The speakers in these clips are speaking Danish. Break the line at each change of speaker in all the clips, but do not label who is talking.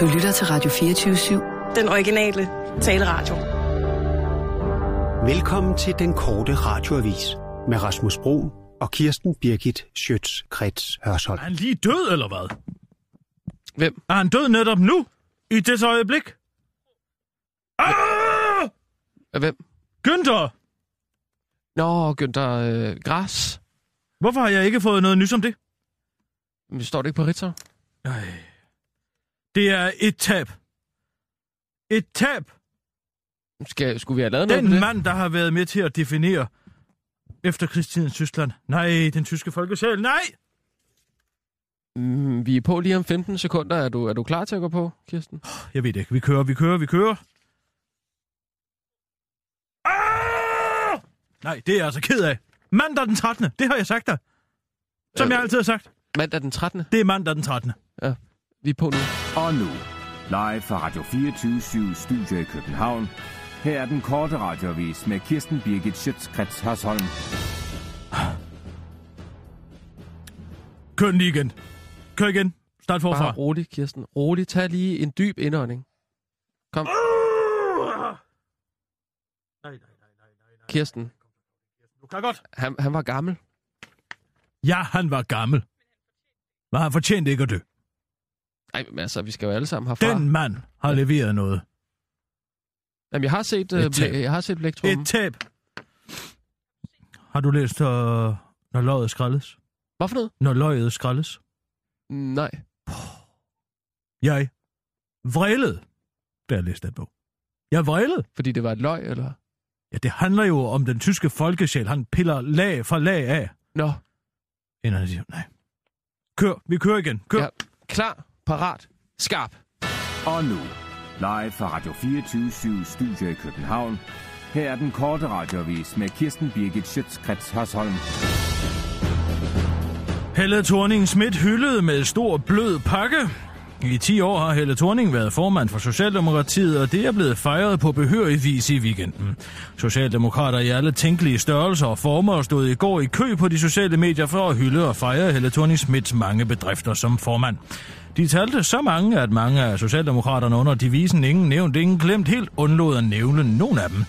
Du lytter til Radio 24-7.
Den originale taleradio.
Velkommen til den korte radioavis med Rasmus Bro og Kirsten Birgit Schøtz-Krets Hørsholm.
Er han lige død, eller hvad?
Hvem?
Er han død netop nu? I det øjeblik? Ah!
Hvem?
Günther!
Nå, Günther øh, Græs.
Hvorfor har jeg ikke fået noget nyt om det?
Men står det ikke på Ritzau?
Nej. Det er et tab. Et tab.
Skal, skulle vi have lavet noget
Den
med det?
mand, der har været med til at definere efterkrigstidens Tyskland. Nej, den tyske folkesjæl. Nej!
Mm, vi er på lige om 15 sekunder. Er du, er du klar til at gå på, Kirsten?
Jeg ved det ikke. Vi kører, vi kører, vi kører. Ah! Nej, det er jeg altså ked af. Mandag den 13. Det har jeg sagt dig. Som
Ja.
jeg altid har sagt.
Mandag den 13.
Det er mandag den 13.
Vi er på nu.
Og nu, live fra Radio 24 Studio i København. Her er den korte radiovis med Kirsten Birgit Schøtzgrads Hasholm.
Kør den lige igen. Kør igen. Start forfra.
Bare rolig, Kirsten. Rolig. Tag lige en dyb indånding. Kom,
Nej, nej, nej, nej, nej, nej.
Kirsten.
Du kan godt.
Han, han var gammel.
Ja, han var gammel. Men han fortjente ikke at dø.
Nej, men altså, vi skal jo alle sammen herfra.
Den mand har leveret noget.
Jamen, jeg har set, øh,
Et tab.
blæ- jeg har set blæktrummen.
Et tab. Har du læst, øh, når løget skrælles?
Hvorfor noget?
Når løget skrælles?
Nej.
Jeg vrælede, da jeg læste den bog. Jeg vrælede.
Fordi det var et løg, eller?
Ja, det handler jo om den tyske folkesjæl. Han piller lag fra lag af.
Nå.
Inden han siger, nej. Kør, vi kører igen. Kør.
Ja. Klar, parat, skarp.
Og nu, live fra Radio 24 Studio i København. Her er den korte radiovis med Kirsten Birgit Schøtzgrads Hasholm.
Helle thorning Schmidt hyldede med stor blød pakke. I 10 år har Helle Thorning været formand for Socialdemokratiet, og det er blevet fejret på behørig vis i weekenden. Socialdemokrater i alle tænkelige størrelser og former stod i går i kø på de sociale medier for at hylde og fejre Helle thorning Schmidts mange bedrifter som formand. De talte så mange, at mange af Socialdemokraterne under divisen ingen nævnt, ingen glemt helt undlod at nævne nogen af dem.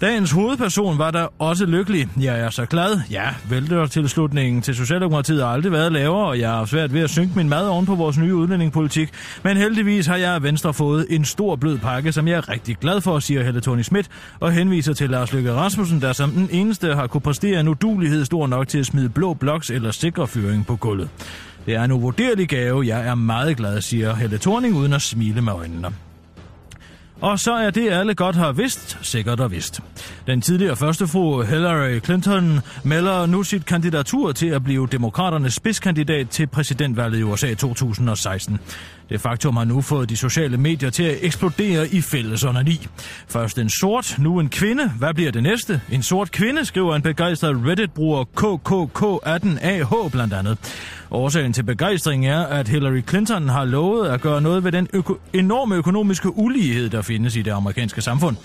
Dagens hovedperson var da også lykkelig. Jeg er så glad. Ja, væltertilslutningen til Socialdemokratiet har aldrig været lavere, og jeg har haft svært ved at synke min mad oven på vores nye udlændingepolitik. Men heldigvis har jeg af Venstre fået en stor blød pakke, som jeg er rigtig glad for, siger Helle Thorning Schmidt, og henviser til Lars Løkke Rasmussen, der som den eneste har kunne præstere en udulighed stor nok til at smide blå bloks eller sikre fyring på gulvet. Det er en uvurderlig gave. Jeg er meget glad, siger Helle Thorning uden at smile med øjnene. Og så er det, alle godt har vidst, sikkert og vidst. Den tidligere førstefru Hillary Clinton melder nu sit kandidatur til at blive demokraternes spidskandidat til præsidentvalget i USA 2016. Det faktum har nu fået de sociale medier til at eksplodere i fælles onani. Først en sort, nu en kvinde. Hvad bliver det næste? En sort kvinde, skriver en begejstret Reddit-bruger KKK18AH blandt andet. Årsagen til begejstringen er, at Hillary Clinton har lovet at gøre noget ved den øko- enorme økonomiske ulighed, der findes i det amerikanske samfund.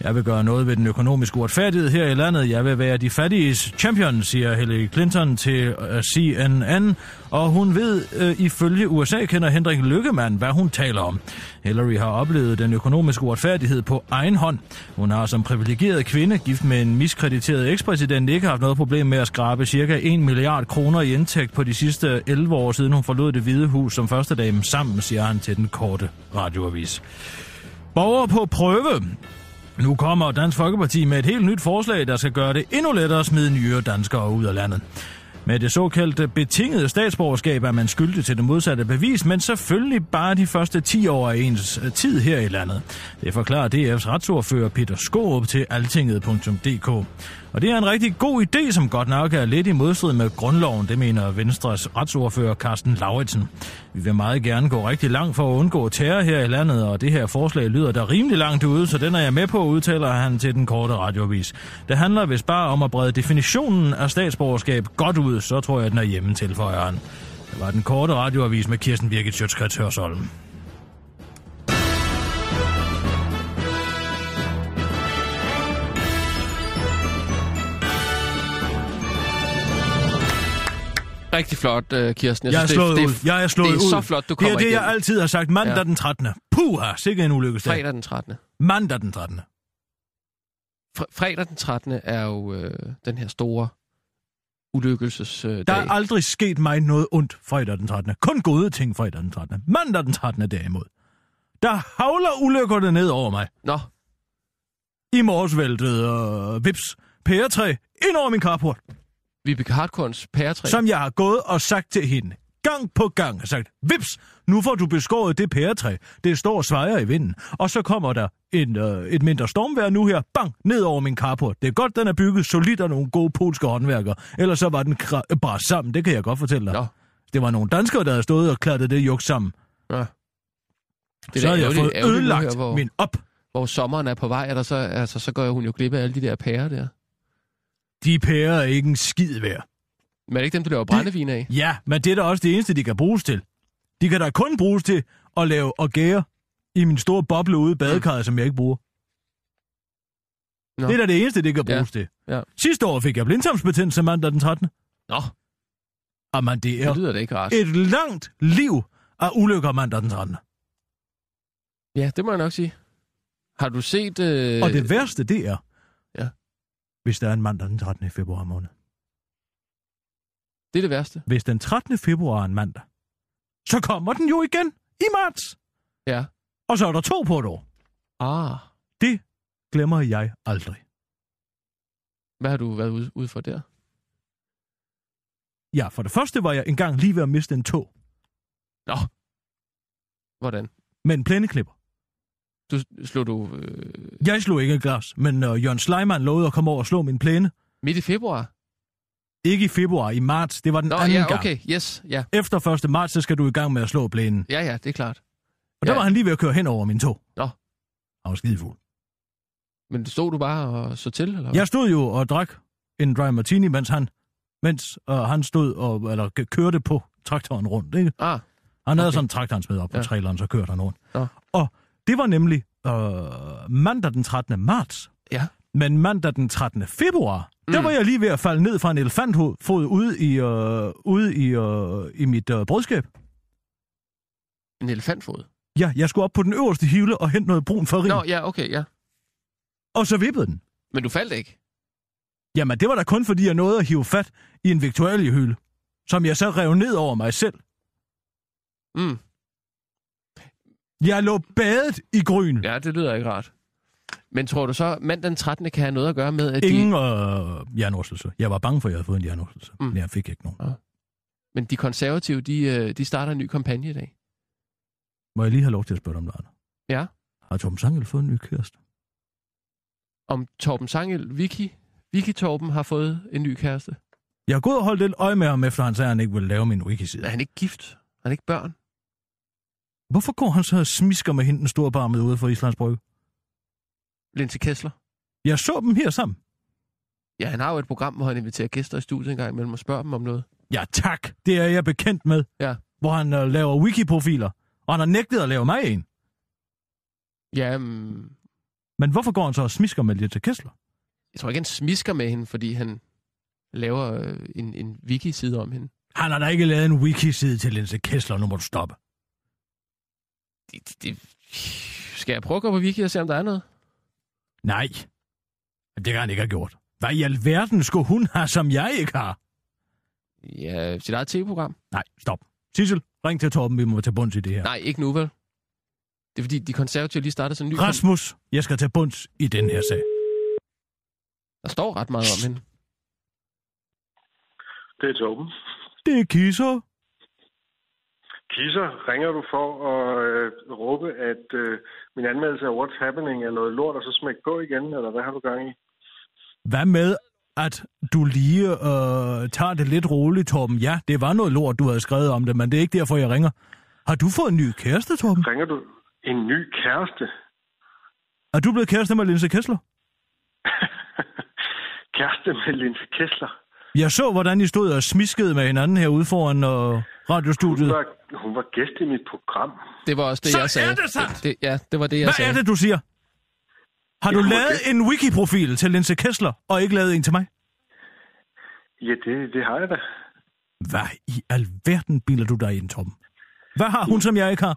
Jeg vil gøre noget ved den økonomiske uretfærdighed her i landet. Jeg vil være de fattiges champion, siger Hillary Clinton til øh, CNN. Og hun ved, øh, ifølge USA kender Henrik Lykkemann, hvad hun taler om. Hillary har oplevet den økonomiske uretfærdighed på egen hånd. Hun har som privilegeret kvinde, gift med en miskrediteret ekspræsident, ikke haft noget problem med at skrabe cirka 1 milliard kroner i indtægt på de sidste 11 år, siden hun forlod det hvide hus som første dame sammen, siger han til den korte radioavis. Borgere på prøve. Nu kommer Dansk Folkeparti med et helt nyt forslag, der skal gøre det endnu lettere at smide nyere danskere ud af landet. Med det såkaldte betingede statsborgerskab er man skyldig til det modsatte bevis, men selvfølgelig bare de første 10 år af ens øh, tid her i landet. Det forklarer DF's retsordfører Peter Skåb til altinget.dk. Og det er en rigtig god idé, som godt nok er lidt i modstrid med grundloven, det mener Venstres retsordfører Carsten Lauritsen. Vi vil meget gerne gå rigtig langt for at undgå terror her i landet, og det her forslag lyder da rimelig langt ude, så den er jeg med på, udtaler han til den korte radiovis. Det handler vist bare om at brede definitionen af statsborgerskab godt ud, så tror jeg, den er hjemme til for han. Det var den korte radioavis med Kirsten Birgit Sjøtskrets Hørsholm.
Rigtig flot, øh, Kirsten.
Jeg er
synes,
slået
det,
ud.
det,
Jeg er slået
det er
ud.
så flot, du
Det er
kommer
det, jeg
igennem.
altid har sagt. Mandag
Ja.
den 13. Puha, sikkert en ulykkesdag.
Fredag den 13.
Mandag den 13.
Fre- fredag den 13. er jo øh, den her store ulykkelses øh, dag.
Der er aldrig sket mig noget ondt fredag den 13. Kun gode ting fredag den 13. Mandag den 13. derimod. Der havler ulykkerne ned over mig.
Nå,
I morges væltede øh, vips pæretræ ind over min carport,
Vibeke Hardkorns pæretræ.
som jeg har gået og sagt til hende. Gang på gang har sagt, vips, nu får du beskåret det pæretræ. Det står og svejer i vinden. Og så kommer der en, øh, et mindre stormvejr nu her, bang, ned over min carport. Det er godt, den er bygget solidt af nogle gode polske håndværkere. Ellers så var den kra- øh, bare sammen, det kan jeg godt fortælle dig.
Nå,
Det var nogle danskere, der havde stået og klattet det juk sammen.
ja.
Det så
da
havde jeg
ærgerligt-
fået
ærgerligt nu
ødelagt
her, hvor,
min op.
hvor sommeren er på vej, er der så, altså, så går hun jo glip af alle de der pærer der.
De pærer er ikke en skid værd.
Men er det ikke dem, du laver brændevin af?
Ja, men det er da også det eneste, de kan bruges til. De kan da kun bruges til at lave og gære i min store boble ude i badekarret, som jeg ikke bruger.
Nå.
Det er da det eneste, det kan
Ja,
bruges til.
ja.
Sidste år fik jeg blindtarmsbetændelse mandag den 13.
Nå,
Jamen, det er
det lyder da ikke rart.
et langt liv af ulykker mandag den 13.
Ja, det må jeg nok sige. Har du set... Øh...
Og det værste, det er,
Ja.
hvis der er en mandag den 13. i februar måned.
det er det værste.
Hvis den 13. februar er en mandag, så kommer den jo igen i marts.
Ja.
Og så er der to på et år.
Ah,
Det glemmer jeg aldrig.
hvad har du været ude, ude for der?
Ja, for det første var jeg engang lige ved at miste en tog
Nå. Hvordan?
med en plæneklipper.
Du slog du øh,
Jeg slog ikke et glas, men øh, Jørgen Sleiman lovede at komme over og slå min plæne.
midt i februar?
Ikke i februar, i marts. Det var den
Nå,
anden
ja,
gang.
okay, yes, ja.
Efter 1. marts, så skal du i gang med at slå plænen.
Ja, ja, det er klart.
Og der
Ja.
var han lige ved at køre hen over min tog.
Nå.
Han var skidefuld.
Men stod du bare og så til, eller hvad?
Jeg stod jo og drak en dry martini, mens han, mens, øh, han stod og eller, k- kørte på traktoren rundt. Ikke?
Ah,
Han havde
Okay.
okay. sådan en traktor, han smed op på
Ja.
ja. traileren, så kørte han rundt.
Nå.
Og det var nemlig øh, mandag den 13. marts.
Ja.
Men mandag den 13. februar, mm. der
Mm.
var jeg lige ved at falde ned fra en elefantfod ude i, øh, ude i, øh, i mit øh, brødskab.
en elefantfod.
Ja, jeg skulle op på den øverste hivle og hente noget brun farin,
Nå, ja, okay, ja.
og så vippede den.
Men du faldt ikke?
Jamen, det var da kun fordi, jeg nåede at hive fat i en viktualiehylde, som jeg så rev ned over mig selv.
Mm.
Jeg lå badet i gryn. Ja,
Ja, det lyder ikke rart. Men tror du så, mandag den 13. kan have noget at gøre med, at de,
Ingen øh, hjernerystelse. Jeg var bange for, at jeg havde fået en hjernerystelse,
Mm.
mm. men jeg fik ikke nogen.
men de konservative, de, øh, de starter en ny kampagne i dag?
Må jeg lige have lov til at spørge dig om noget? andet?
Ja.
Har Tom Sangel fået en ny kæreste?
Om Torben Sangel, Vicky, Vicky Torben har fået en ny kæreste.
Jeg har gået og holdt lidt øje med ham, efter han sagde, at han ikke ville lave min wiki-side.
Er han ikke gift? Er han ikke børn?
Hvorfor går han så og smisker med hende den store barmede ude for Islands Brygge?
Linse Kessler?
Jeg så dem her sammen.
Ja, han har jo et program, hvor han inviterer gæster i studiet en gang imellem og spørger dem om noget.
Ja tak, det er jeg bekendt med.
Ja.
Hvor han øh, laver wiki-profiler, og han har nægtet at lave mig en.
Ja, um,
Men hvorfor går han så og smisker med Lita Kessler?
jeg tror ikke, han smisker med hende, fordi han laver øh, en, en wiki-side om hende.
Han har da ikke lavet en wiki-side til Linse Kessler, nu må du stoppe.
Det, det, det... Skal jeg prøve at gå på wiki og se, om der er noget?
Nej, det kan han ikke have gjort. Hvad i alverden skulle hun have, som jeg ikke har?
Ja, sit eget tv-program.
Nej, stop. Sissel, ring til Torben, vi må til bunds i det her.
Nej, ikke nu, vel? Det er fordi, de konservative lige startede sådan en ny... kamp-
Rasmus, jeg skal til bunds i den her sag.
Der står ret meget om hende.
Det er Torben.
Det er kisser.
Kisser, ringer du for at øh, råbe, at øh, min anmeldelse af What's Happening er noget lort, og så smæk på igen, eller hvad har du gang i?
Hvad med, at du lige øh, tager det lidt roligt, Torben? Ja, det var noget lort, du havde skrevet om det, men det er ikke derfor, jeg ringer. Har du fået en ny kæreste, Torben?
Ringer du en ny kæreste?
Er du blevet kæreste med Linse Kessler?
kæreste med Linse Kessler?
Jeg så, hvordan I stod og smiskede med hinanden herude foran øh, radiostudiet.
Hun var, hun var gæst i mit program.
Det var også det,
Så
jeg sagde.
er det sandt!
Det, ja, det var det, jeg
Hvad
sagde.
er det, du siger? Har du
Jeg må
lavet
gætte.
en wiki-profil til Linse Kessler, og ikke lavet en til mig?
Ja, det, det har jeg da.
Hvad i alverden bilder du dig ind, Tom? Hvad har hun, som jeg ikke har?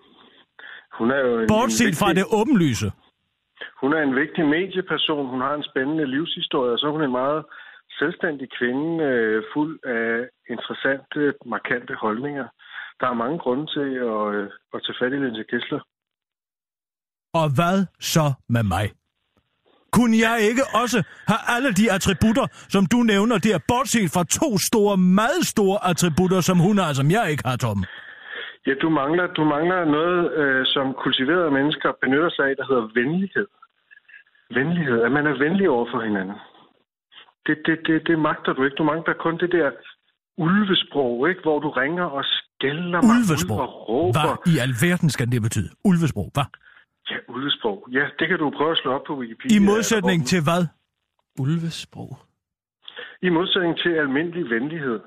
Hun er jo en, en
Bortset
vigtig,
fra det åbenlyse.
Hun er en vigtig medieperson. Hun har en spændende livshistorie, og så er hun en meget selvstændig kvinde, øh, fuld af interessante, markante holdninger. Der er mange grunde til at, øh, at tage fat i Linse Kessler.
Og hvad så med mig? Kunne jeg ikke også have alle de attributter, som du nævner der, bortset fra to store, meget store attributter, som hun har, som jeg ikke har, Tom?
altså, Ja, du mangler, du mangler noget, øh, som kultiverede mennesker benytter sig af, der hedder venlighed. Venlighed, at man er venlig over for hinanden. Det, det, det, det magter du ikke. Du mangler kun det der ulvesprog, ikke? hvor du ringer og skælder mig ud
Ulvesprog.
og råber.
Hvad i alverden skal det betyde? Ulvesprog, hvad?
Ja, ulvesprog. Ja, det kan du prøve at slå op på Wikipedia.
I modsætning
Og-
til hvad?
Ulvesprog.
I modsætning til almindelig venlighed.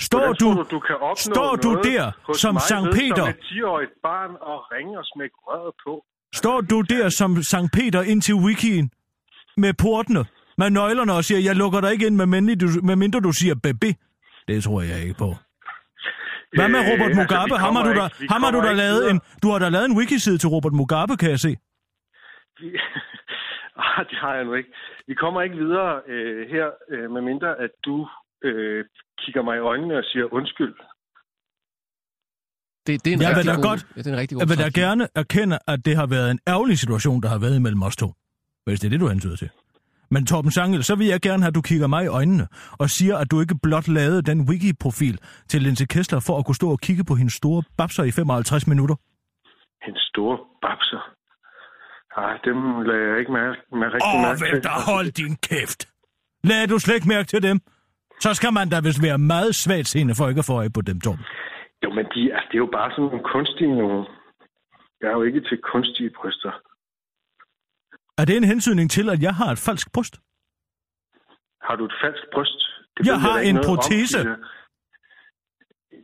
Står
Hvordan tror
du,
du kan opnå
står du
noget
der
hos
som
mig
Sankt
ved
Peter?
Som et 10-årigt barn og ringe og smække røret på.
Står du der som Sankt Peter ind til wikien med portene, med nøglerne og siger, jeg lukker dig ikke ind, medmindre du, medmindre du siger baby? Det tror jeg ikke på. Hvad med
Øh,
Robert
altså, vi
Mugabe? Ham har
kommer
du da,
ikke- vi
ham har du
kommer
da
ikke
lavet
videre.
en, du har da lavet en wikiside til Robert Mugabe, kan jeg se.
Vi- Ah, det har jeg nu ikke. Vi kommer ikke videre øh, her, øh, medmindre at du øh, kigger mig i øjnene og siger undskyld.
Det, det er en
Jeg vil
rigtig
da
god,
godt-
ja, det er en rigtig god
Jeg vil da
strategi.
gerne erkende, at det har været en ærgerlig situation, der har været imellem os to. Hvis det er det, du hentyder til. Men Torben Sangel, så vil jeg gerne have, at du kigger mig i øjnene og siger, at du ikke blot lavede den wiki-profil til Linse Kessler for at kunne stå og kigge på hendes store babser i 55 minutter.
En stor babser. Ah, dem lader jeg ikke mærke, med rigtig
Åh,
mærke
hvem
til.
der hold din kæft! Lad du slet ikke mærke til dem. Så skal man da vist være meget svagt seende for ikke at få øje på dem, Tom.
Jo, men de, altså, det er jo bare sådan nogle kunstige nogen. Jeg er jo ikke til kunstige bryster.
Er det en hensynning til, at jeg har et falsk bryst?
Har du et falsk bryst?
Jeg
Det ved da
har
ikke
en
noget om,
protese.
siger jeg.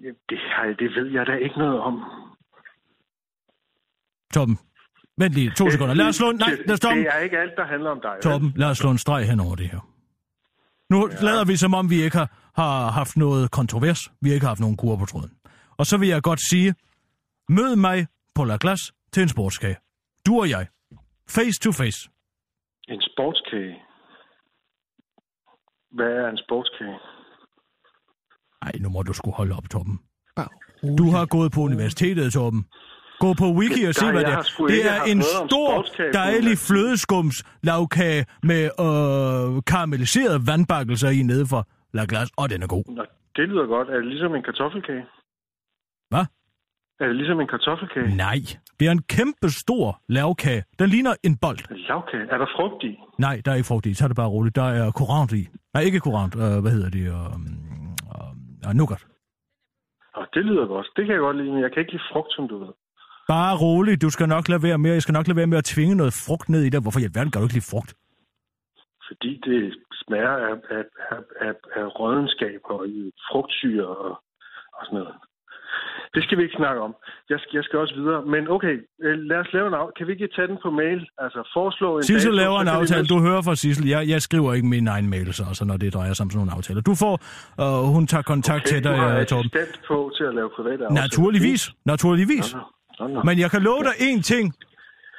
Ja, Det, har, jeg- det ved jeg da ikke noget om.
Tom, vent lige to sekunder. Lad os slå en... Nej,
Øh, Det-
lad os stoppe.
Det er ikke alt, der handler om dig. vel?
Torben, lad os slå en streg hen over det her. Nu ja. lader vi, som om vi ikke har, har haft noget kontrovers. Vi har ikke haft nogen kur på tråden. Og så vil jeg godt sige, mød mig på La Glace til en sportskage. Du og jeg. Face to face.
En sportskage. Hvad er en sportskage?
Ej, nu må du skulle holde op, Torben.
Bare
Du har gået på universitetet, Torben. Gå på wiki og se,
Nej,
hvad det
jeg
er.
har sgu
Det
ikke
er
haft
en
noget om
stor,
sportskage på
dejlig
universitetet.
flødeskums lavkage med øh, karamelliseret vandbakkelser i nede for La Glace, og den er god.
Nå, det lyder godt. Er det ligesom en kartoffelkage?
Hvad?
Er det ligesom en kartoffelkage?
Nej, det er en kæmpe stor lavkage. Den ligner en bold.
Lavkage? Er der frugt i?
Nej, der er ikke frugt i. Tag det bare roligt. Der er korant i. Nej, ikke korant. Øh, hvad hedder det? Øh, øh, øh, nougat.
Og det lyder godt. Det kan jeg godt lide, men jeg kan ikke lide frugt, som du ved.
Bare roligt. Du skal nok lade være med. Jeg skal nok lade være med at tvinge noget frugt ned i dig. Hvorfor i alverden kan du ikke lide frugt?
Fordi det smager af, af, af, af, af rådenskab og i frugtsyre og, og sådan noget. Det skal vi ikke snakke om. Jeg skal, jeg skal også videre. Men okay, øh, lad os lave en aftale. Kan vi ikke tage den på mail? Altså foreslå en
Sissel
dato,
laver
så
en
kan vi
aftale.
mødes.
Du hører fra Sissel. Jeg, jeg skriver ikke mine egne mails, altså, når det drejer sig om sådan nogle aftaler. Du får... Øh, hun tager kontakt
Okay,
til
du har
dig, øh, Torben.
assistent på til at lave private aftaler.
Naturligvis. Naturligvis.
Nå, nå, nå, nå.
Men jeg kan love dig én ting.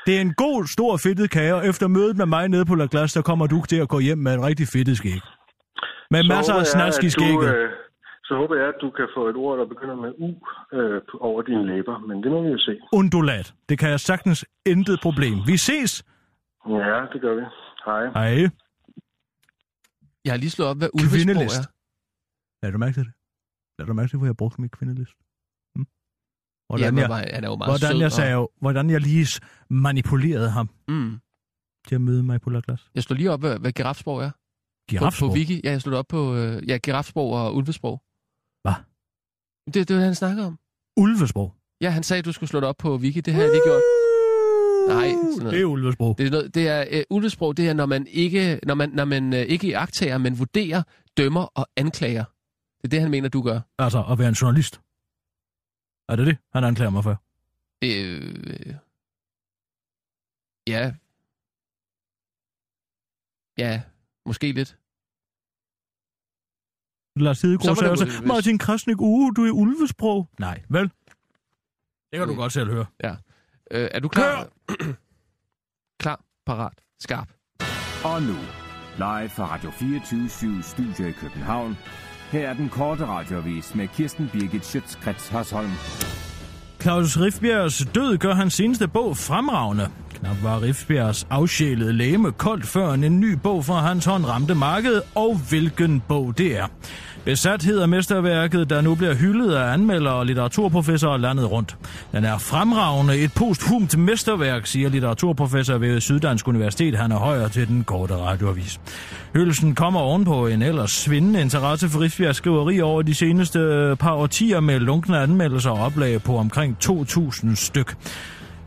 Det er en god, stor fedtet kage, og efter mødet med mig nede på La Glace, der kommer du til at gå hjem med et rigtig fedtet skæg. Med
Så
masser
håber
af
jeg,
snask i
at du,
skægget.
øh, Så håber jeg, at du kan få et ord, der begynder med U øh, på- over dine læber. Men det må vi jo se.
Undulat. Det kan jeg sagtens intet problem. Vi ses.
Ja, det gør vi. Hej.
Ej,
Jeg har lige slået op, hvad ulvesprog
kvindelist.
er.
Lad du mærke til det? Lad du mærke til, hvor jeg brugte min kvindelist? Hm? Hvordan,
Jamen,
jeg,
var- han er jo meget
hvordan
sød,
jeg sagde, hvordan jeg lige s- manipulerede ham
Og, mm.
til at møde mig på La Glace.
Jeg slår lige op, hvad, hvad girafsprog er. På, på
Girafsprog.
Wiki. Ja, jeg slog det op på øh, ja, girafsprog og ulvesprog.
Hvad?
Det, det er det, han snakker om.
Ulvesprog.
Ja, han sagde, at du skulle slå det op på Wiki. Det har jeg lige gjort. Nej, sådan noget.
Det er ulvesprog.
Det er, noget, det er øh, ulvesprog, det er, når man ikke, når man, når man øh, ikke iagtager, men vurderer, dømmer og anklager. Det er det, han mener, du gør.
Altså, at være en journalist. Er det det, han anklager mig for?
Det, øh, ja. Ja, måske lidt.
Lars Hedegaard
Så må det
sagde også,
muligvis.
Martin Krasnik, uh, du er ulvesprog. Nej, vel? Det kan du godt selv høre.
Øh, er du klar? klar, parat, skarp.
Og nu, live fra Radio 24 Studio i København. Her er den korte radiovis med Kirsten Birgit Schøtzgrads Hasholm.
Claus Rifbjergs død gør hans seneste bog fremragende. Knap var Rifbjergs afsjælede læme koldt før en ny bog fra hans hånd ramte markedet, og hvilken bog det er. Besathed er mesterværket, der nu bliver hyldet af anmeldere og litteraturprofessorer landet rundt. Den er fremragende, et posthumt mesterværk, siger litteraturprofessor ved Syddansk Universitet, han er højer til den korte radioavis. Hyldelsen kommer ovenpå en ellers svindende interesse for Rifbjergs skriveri over de seneste øh, par årtier med lunkne anmeldelser og oplag på omkring 2.000 styk.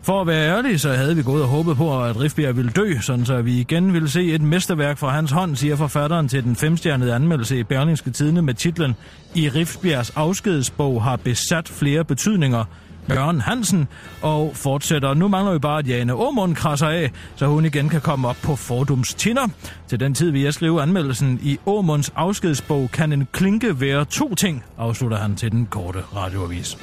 For at være ærlig, så havde vi gået og håbet på, at Rifbjerg ville dø, sådan så vi igen ville se et mesterværk fra hans hånd, siger forfatteren til den femstjernede anmeldelse i Berlingske Tidene med titlen I Rifbjergs afskedsbog har besat flere betydninger. Jørgen Hansen, og fortsætter. Nu mangler vi bare, at Jane Aumund krasser af, så hun igen kan komme op på fordums tinder. Til den tid vil jeg skrive anmeldelsen i Aumunds afskedsbog kan en klinke være to ting, afslutter han til den korte radioavis.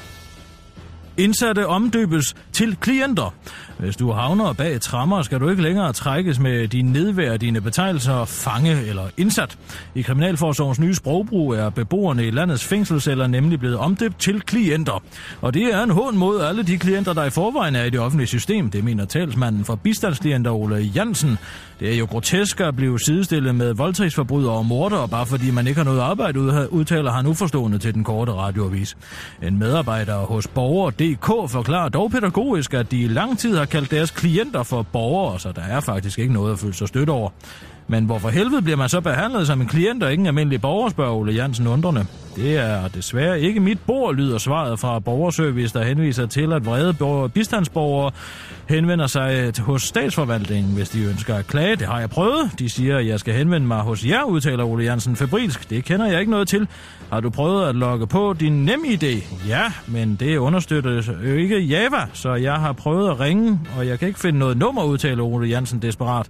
Indsatte omdøbes til klienter. Hvis du havner bag trammer, skal du ikke længere trækkes med de nedværdigende betegnelser fange eller indsat. I Kriminalforsorgens nye sprogbrug er beboerne i landets fængselsceller nemlig blevet omdøbt til klienter. Og det er en hån mod alle de klienter, der i forvejen er i det offentlige system, det mener talsmanden for bistandsklienter Ole Jansen. Det er jo grotesk at blive sidestillet med voldtægtsforbrydere og mordere, bare fordi man ikke har noget arbejde, ud- udtaler han uforstående til den korte radioavis. En medarbejder hos Borger.dk forklarer dog pædagogisk, at de i lang tid har kaldt deres klienter for borgere, så der er faktisk ikke noget at føle sig stødt over. Men hvorfor helvede bliver man så behandlet som en klient og ikke en almindelig borger, spørger Ole Jansen undrende. Det er desværre ikke mit bord, lyder svaret fra borgerservice, der henviser til, at vrede borger- bistandsborgere henvender sig øh, til- hos statsforvaltningen, hvis de ønsker at klage. Det har jeg prøvet. De siger, at jeg skal henvende mig hos jer, udtaler Ole Jansen febrilsk. Det kender jeg ikke noget til. Har du prøvet at logge på din nem idé? Ja, men det understøtter jo ikke Java, så jeg har prøvet at ringe, og jeg kan ikke finde noget nummer, udtaler Ole Jansen desperat.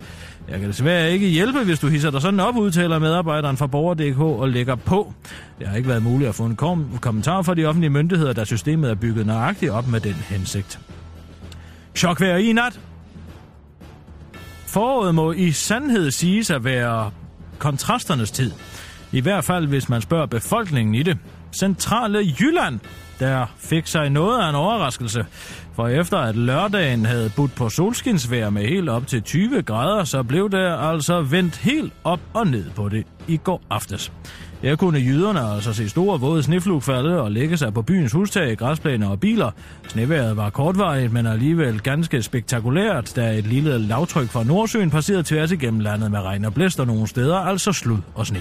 Jeg kan desværre ikke hjælpe, hvis du hisser dig sådan op, udtaler medarbejderen fra Borger.dk og lægger på. Det har ikke været muligt at få en kom- kommentar fra de offentlige myndigheder, da systemet er bygget nøjagtigt op med den hensigt. Chokvejr i nat. Foråret må i sandhed siges at være kontrasternes tid. I hvert fald, hvis man spørger befolkningen i det. Centrale Jylland, der fik sig noget af en overraskelse. For efter at lørdagen havde budt på solskinsvejr med helt op til 20 grader, så blev der altså vendt helt op og ned på det i går aftes. Her kunne jyderne altså se store våde sneflug falde og lægge sig på byens hustag, græsplaner og biler. Snevejret var kortvarigt, men alligevel ganske spektakulært, da et lille lavtryk fra Nordsøen passerede tværs igennem landet med regn og blæst og nogle steder, altså slud og sne.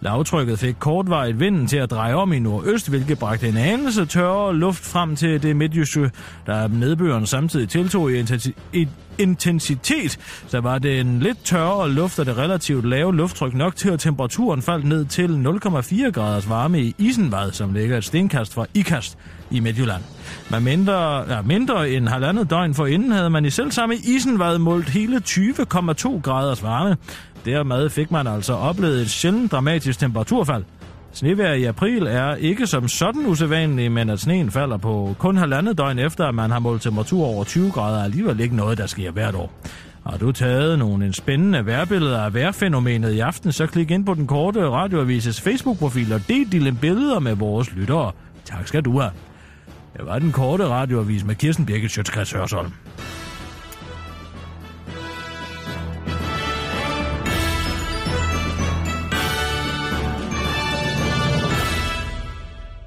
Lavtrykket fik kortvarigt vinden til at dreje om i nordøst, hvilket bragte en anelse tørre luft frem til det midtjyske, der nedbøren samtidig tiltog i intensi- i intensitet, så var det en lidt tørre luft og det relativt lave lufttryk nok til, at temperaturen faldt ned til 0,4 graders varme i Isenvad, som ligger et stenkast fra Ikast i Midtjylland. Men mindre, ja, mindre end halvandet døgn forinden havde man i selvsamme Isenvad målt hele 20,2 graders varme, Dermed fik man altså oplevet et sjældent dramatisk temperaturfald. Snevejr i april er ikke som sådan usædvanligt, men at sneen falder på kun halvandet døgn efter, at man har målt temperatur over 20 grader, er alligevel ikke noget, der sker hvert år. Har du taget nogle spændende vejrbilleder af vejrfænomenet i aften, så klik ind på den korte radioavises Facebook-profil og del dine billeder med vores lyttere. Tak skal du have. Det var den korte radioavis med Kirsten Birgit Sjøtskrets Hørsholm.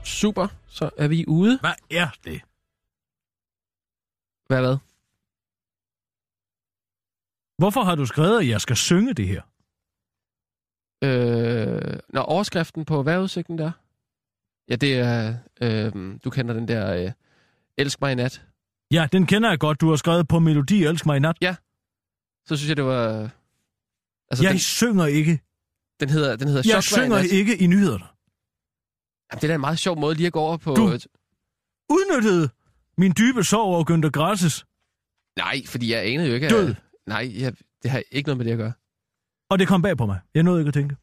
Super, så er vi ude.
Hvad er det?
Hvad hvad?
Hvorfor har du skrevet, at jeg skal synge det her?
Øh, når overskriften på vejrudsigten der? Ja, det er... Øh, du kender den der... Øh, Elsk mig i nat.
Ja, den kender jeg godt. Du har skrevet på Melodi Elsk mig i nat.
Så synes jeg, det var... øh, Altså,
Jeg
den,
synger ikke.
den hedder, den hedder
Jeg
Chokvejr i
synger
nat.
ikke i nyhederne.
Jamen, det er da en meget sjov måde lige at gå over på...
Du- Udnyttede min dybe sorg over Günther Grasses.
Nej, fordi jeg anede jo ikke...
Død.
At... Nej, jeg... det har ikke noget med det at gøre.
Og det kom bag på mig. Jeg nåede ikke at tænke.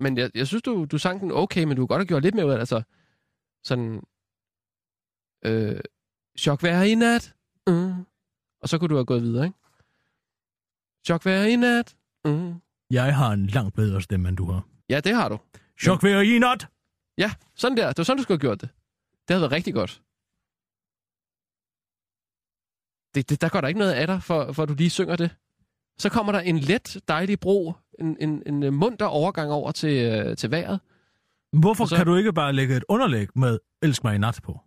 Men jeg, jeg synes, du, du sang den okay, men du kunne godt have gjort lidt mere ud af det. Altså, sådan... Øh, chok vejr i nat. Mm. Og så kunne du have gået videre, ikke? Chok vejr i nat. Mm.
Jeg har en langt bedre stemme, end du har.
Ja, det har du.
Chok ved i nat!
Ja, sådan der. Det var sådan, du skulle have gjort det. Det havde været rigtig godt. Det, det, der går der ikke noget af dig, for, for at du lige synger det. Så kommer der en let, dejlig bro, en, en, en øh, munter overgang over til, øh, til vejret.
Hvorfor
Og så-
så... kan du ikke bare lægge et underlæg med Elsk mig i nat på?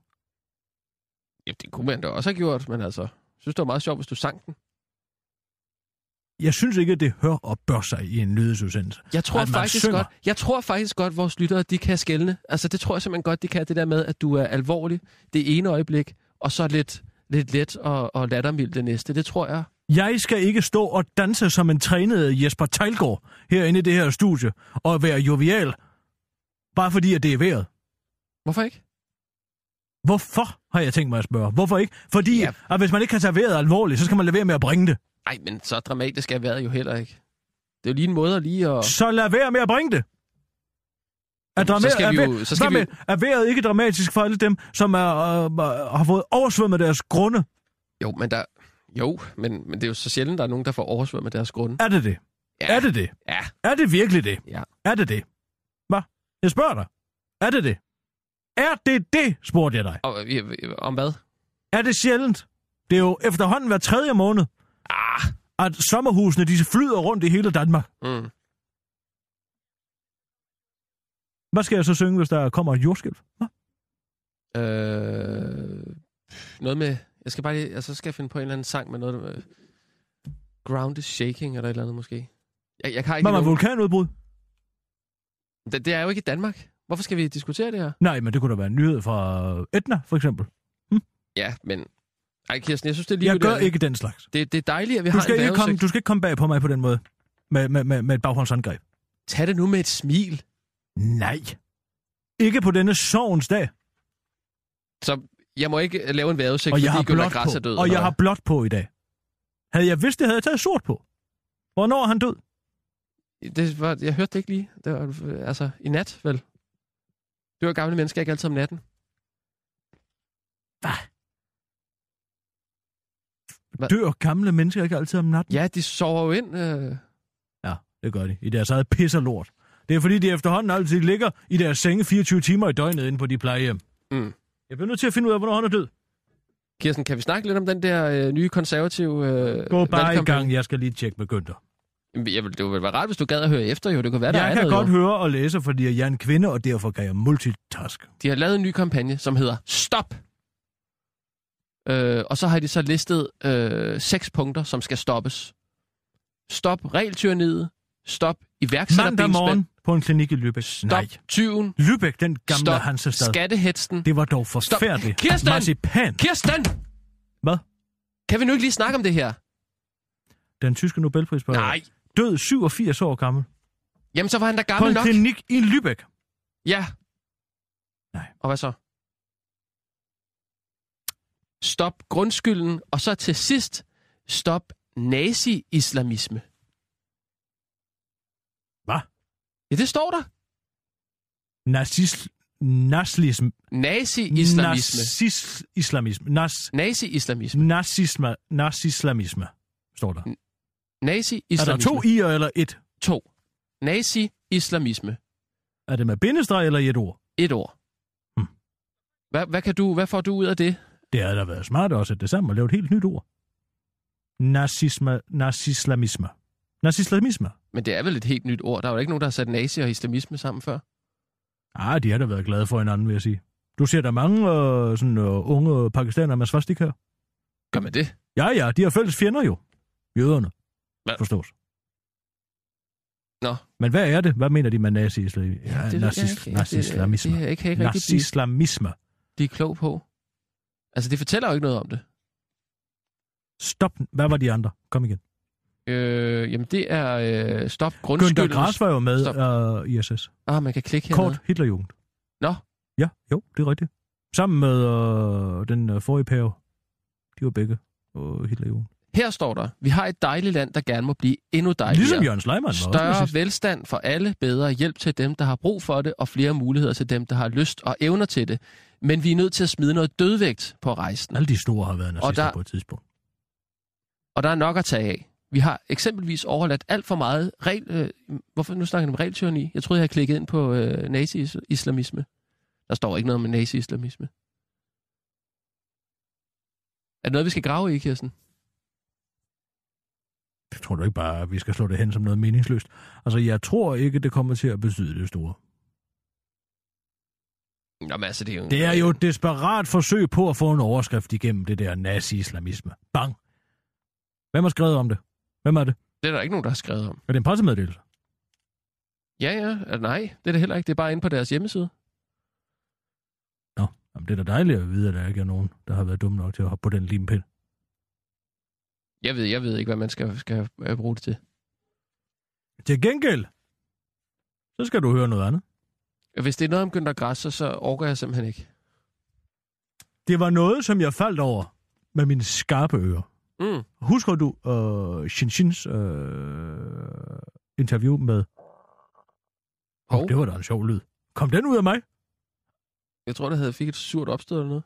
Ja, det kunne man da også have gjort, men altså, jeg synes, det var meget sjovt, hvis du sang den.
Jeg synes ikke, at det hører og bør sig i en nyhedsudsendelse.
Jeg tror,
At man
faktisk
synger.
godt, jeg tror faktisk godt, vores lyttere, de kan skælne. Altså, det tror jeg simpelthen godt, de kan, det der med, at du er alvorlig det ene øjeblik, og så lidt, lidt let og, og lattermild det næste. Det tror jeg.
Jeg skal ikke stå og danse som en trænet Jesper Tejlgaard herinde i det her studie og være jovial, bare fordi at det er vejret.
Hvorfor ikke?
Hvorfor har jeg tænkt mig at spørge? Hvorfor ikke? Fordi
Ja.
ja. at hvis man ikke kan tage vejret alvorligt, så skal man lade være med at bringe det.
Nej, men så dramatisk er vejret jo heller ikke. Det er jo lige en måde at lige at...
Så lad være med at bringe det. Er
Jamen, så
dramer-
skal
er
vi jo-
væ-
så skal
hvad
vi
med- er vejret ikke dramatisk for alle dem, som er, øh, har fået oversvømmet deres grunde?
Jo, men der... Jo, men, men det er jo så sjældent, der er nogen, der får oversvømmet deres grunde.
Er det det?
Ja.
Er det det?
Ja.
Er det virkelig det?
Ja.
Er det det? Hvad? Jeg spørger dig. Er det det? Er det det, spurgte jeg dig.
Og, øh, om hvad?
Er det sjældent? Det er jo efterhånden hver tredje måned,
Ah,
at sommerhusene de flyder rundt i hele Danmark.
mm.
Hvad skal jeg så synge, hvis der kommer et jordskælv? Hva?
øh, noget med... Jeg skal bare lige... Altså, så skal jeg finde på en eller anden sang med noget... Med, ground is shaking, eller et eller andet måske. Jeg, jeg kan
Hvad
ikke...
med
nogen-
vulkanudbrud?
det, det er jo ikke i Danmark. Hvorfor skal vi diskutere det her?
Nej, men det kunne da være en nyhed fra Etna, for eksempel.
Ja, men... Ej, Kirsten, jeg synes, det er lige...
Jeg gør ikke den slags.
Det, det er dejligt, at vi
Du
har
skal,
en
ikke komme,
vejrudsigt.
du skal ikke komme bag på mig på den måde. Med, med, med, med et baghåndsangreb.
Tag det nu med et smil.
Nej. Ikke på denne sovens dag.
Så jeg må ikke lave en vejrudsigt,
Og
fordi
jeg har
Gunnar
blåt
Græs er død.
på. Og
eller
jeg
hvad?
har blåt på i dag. Havde jeg vidst det, havde jeg taget sort på. Hvornår er han død?
Det var, jeg hørte det ikke lige. Det var, øh, altså, i nat, vel? Det var gamle mennesker ikke altid om natten. Hvad?
Dør gamle mennesker ikke altid om natten?
Ja, de sover jo ind. Øh,
Ja, det gør de. I deres eget pis og lort. Det er fordi, de efterhånden altid ligger i deres senge 24 timer i døgnet inde på de plejehjem.
Mm. Øh,
Jeg bliver nødt til at finde ud af, hvornår han er død.
Kirsten, kan vi snakke lidt om den der øh, nye konservative øh,
Gå bare i
valgkampagne?
gang, jeg skal lige tjekke med Günther.
Jamen, Jeg, vil- det ville være rart, hvis du gad at høre efter, jo. Det kunne være, der
jeg
er
kan
noget,
godt
jo.
høre og læse, fordi jeg er en kvinde, og derfor kan jeg multitask.
De har lavet en ny kampagne, som hedder Stop! Øh, og så har de så listet øh, seks punkter, som skal stoppes. Stop regeltyranniet. Stop
Mandag
iværksætterbensmænd.
morgen på en klinik i Lübeck.
Stop
Nej.
tyven.
Lübeck, den gamle
Stop
Hansestad.
skattehetsen.
Det var dog
Stop.
forfærdeligt.
Kirsten!
Marcipan.
Kirsten!
Hvad?
Kan vi nu ikke lige snakke om det her?
Den tyske Nobelprisbørger.
Nej.
Død 87 år gammel.
Jamen, så var han da
På
gammel
en
nok.
klinik i Lübeck.
Ja.
Nej.
Og hvad så? Stop grundskylden, og så til sidst, stop nazi-islamisme.
Hvad?
Ja, det står der.
Nazis... Nazism...
Nazi-islamisme.
Nazis... Islamisme. Nas...
Nazi-islamisme.
Nazisme. Nazislamisme. Står der. Er der
Nazi-islamisme.
to i'er eller et?
To. Nazi-islamisme.
Er det med bindestreg eller i et ord?
Et ord.
Hmm.
Hvad, hvad, kan du, hvad får du ud af det?
Det havde da været smart også, at det sammen og lave et helt nyt ord. Nazisme, nazislamisme. Nazislamisme.
Men det er vel et helt nyt ord. Der er jo ikke nogen, der har sat nazi og islamisme sammen før.
Ah, de har da været glade for hinanden, vil jeg sige. Du ser der mange øh, sådan, øh, unge pakistanere med svastika.
Gør man det?
Ja, ja, de har fælles fjender jo. Jøderne.
Hvad?
Forstås.
Nå.
Men hvad er det? Hvad mener de med nazi-islam? Ja,
det,
nazis, nazislamisme.
Det, det, det, kan jeg ikke rigtig blive,
Nazislamisme.
blive klog på. Altså, det fortæller jo ikke noget om det.
Stop. Hvad var de andre? Kom igen.
Øh, jamen, det er øh, stop
Günther
grundskylden.
Grass var jo med
Stop.
øh, i SS.
Ah, man kan klikke her.
Kort Hitlerjugend.
Nå.
Ja, jo, det er rigtigt. Sammen med øh, den øh, forrige pave. De var begge øh, Hitlerjugend.
Her står der, vi har et dejligt land, der gerne må blive endnu dejligere.
Ligesom Jørgen Sleiman var også
Større
nazist.
velstand for alle, bedre hjælp til dem, der har brug for det, og flere muligheder til dem, der har lyst og evner til det. Men vi er nødt til at smide noget dødvægt på rejsen,
Alle de store har været nazister
der-
på et tidspunkt.
og der er nok at tage af. Vi har eksempelvis overladt alt for meget regel... Øh, hvorfor nu snakker jeg om regeltyranni? Jeg troede, jeg havde klikket ind på øh, nazi-islamisme. Der står ikke noget om nazi-islamisme. Er det noget, vi skal grave i, Kirsten?
Jeg tror du ikke bare, at vi skal slå det hen som noget meningsløst? Altså, jeg tror ikke, det kommer til at betyde det store.
Jamen altså, det er jo...
Det er jo et desperat forsøg på at få en overskrift igennem det der nazi-islamisme. Bang! Hvem har skrevet om det? Hvem er det?
Det er der ikke nogen, der har skrevet om.
Er det en pressemeddelelse?
Ja, ja. øh, Nej, det er det heller ikke. Det er bare inde på deres hjemmeside.
Nå, jamen, det er da dejligt at vide, at der ikke er nogen, der har været dum nok til at hoppe på den limpind.
Jeg ved, jeg ved ikke, hvad man skal, skal øh, bruge det til.
Til gengæld, så skal du høre noget andet.
Hvis det er noget om Günther Grass, så orker jeg simpelthen ikke.
Det var noget, som jeg faldt over med mine skarpe ører.
Mm.
Husker du øh, Shinshins øh, interview med... Oh.
Hov.
Det var da en sjov lyd. Kom den ud af mig?
Jeg tror, det havde fik et surt opstød eller noget.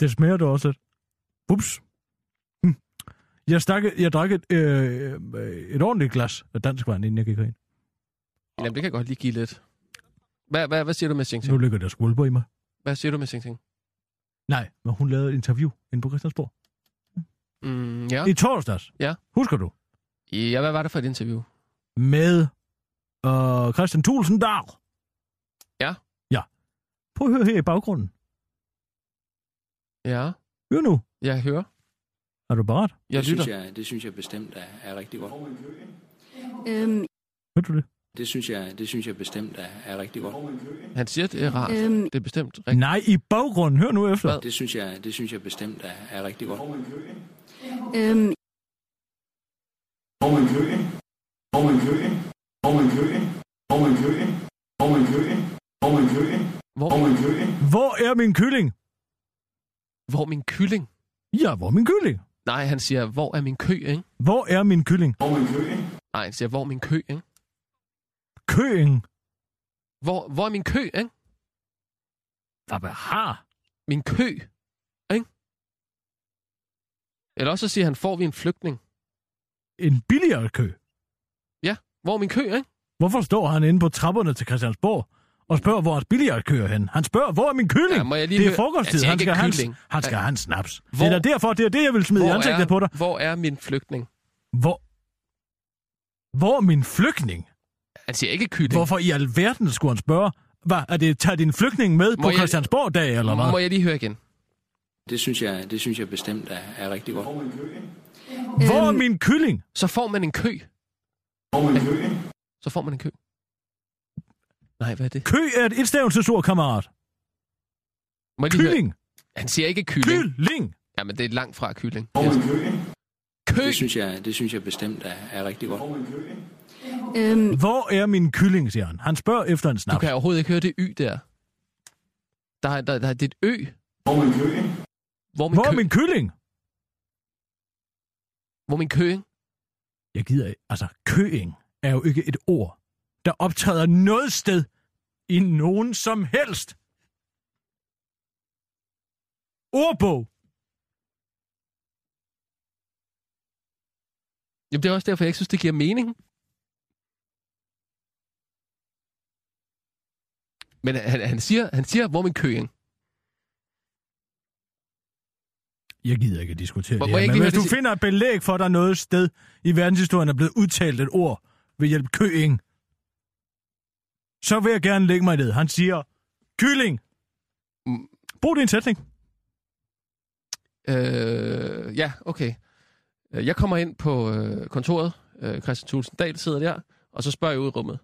Det smager da også lidt. Ups. Hm. Jeg, stak, jeg drak et, øh, øh, et ordentligt glas af dansk vand, inden jeg gik herind.
Jamen, det kan jeg godt lige give lidt. Hvad, hvad, hvad siger du med Sing
Nu
Ting?
ligger der skvulper i mig.
Hvad siger du med Sing Ting?
Nej, men hun lavede et interview inde på Christiansborg.
Mm, ja.
I torsdags.
Ja.
Husker du?
ja, hvad var det for et interview?
Med øh, Christian Thulsen Dahl.
Ja.
Ja. Prøv at høre her i baggrunden.
Ja,
Hør nu.
jeg hører.
Er du parat?
Jeg
det, synes
lytter.
jeg, det synes jeg bestemt er, er rigtig godt.
Øhm,
Hørte du det?
Det synes jeg, det synes jeg bestemt er, er rigtig godt.
Han siger, det er rart.
Øhm.
Det er bestemt rigtigt.
Nej, i baggrunden. Hør nu efter.
Hvad?
Det synes jeg, det synes jeg bestemt er, er rigtig godt.
øhm,
Hvor,
Hvor er min kylling?
hvor er min kylling?
Ja, hvor er min kylling?
Nej, han siger, hvor er min kø, ikke?
Hvor er min kylling?
Nej, han siger, hvor er min kø, ikke?
Køing.
Hvor, hvor er min kø, ikke?
Hvad har?
Min kø, ikke? Eller også så siger han, får vi en flygtning?
En billigere kø.
Hvor er min kø, ikke?
Hvorfor står han inde på trapperne til Christiansborg og spørger, hvor hans billigere kører hen? Han spørger, hvor er min kylling?
Ja, må jeg lige
det er
høre-
frokosttid.
Altså, jeg
Han
kan
skal,
ikke
hans,
kylling.
han skal
Ja.
have en snaps.
Hvor-
det er da derfor, det er det, jeg vil smide i ansigtet
er,
på dig.
hvor er min flygtning?
Hvor, hvor er min flygtning?
Han siger ikke kylling.
Hvorfor i alverden skulle han spørge? Hvad, er det, tag din flygtning med
Må
på
jeg-
Christiansborg-dag, eller hvad?
Må jeg lige høre igen?
Det synes jeg, det synes jeg bestemt er, er rigtig godt.
Hvor
Øhm.
er min kylling?
Så får man en kø. Så får man en kø. Nej, hvad er det?
Kø er et etstavelsesord, kammerat.
Må jeg lige høre?
Kylling.
Han siger ikke kylling.
Kylling.
Jamen, det er langt fra kylling. Yes. Kø.
Det synes jeg, det synes jeg bestemt er, er rigtig godt.
øhm,
Hvor er min kylling, siger han. Han spørger efter en
Du
snaps.
kan overhovedet ikke høre det y der. Der er, der, der er det er et ø. Hvor min
Hvor
kø?
er min kylling?
Hvor min kø? ikke?
Jeg gider ikke. Altså, køing er jo ikke et ord, der optræder noget sted i nogen som helst. Ordbog.
Jamen, det er også derfor, jeg ikke synes, det giver mening. Men han, han, siger, han siger, hvor min kø? ikke?
Jeg gider ikke at diskutere
Må-
det
må
her,
jeg ikke
men
lige
hvis
høre
du
det sig-
finder et belæg for, at der er noget sted i verdenshistorien er blevet udtalt et ord ved hjælp af køing, så vil jeg gerne lægge mig ned. Han siger, kylling.
Mm.
Brug det i en sætning.
Øh, ja, okay. Øh, Jeg kommer ind på øh, kontoret. Øh, Christian Thulsen Dahl sidder der, og så spørger jeg ud i rummet.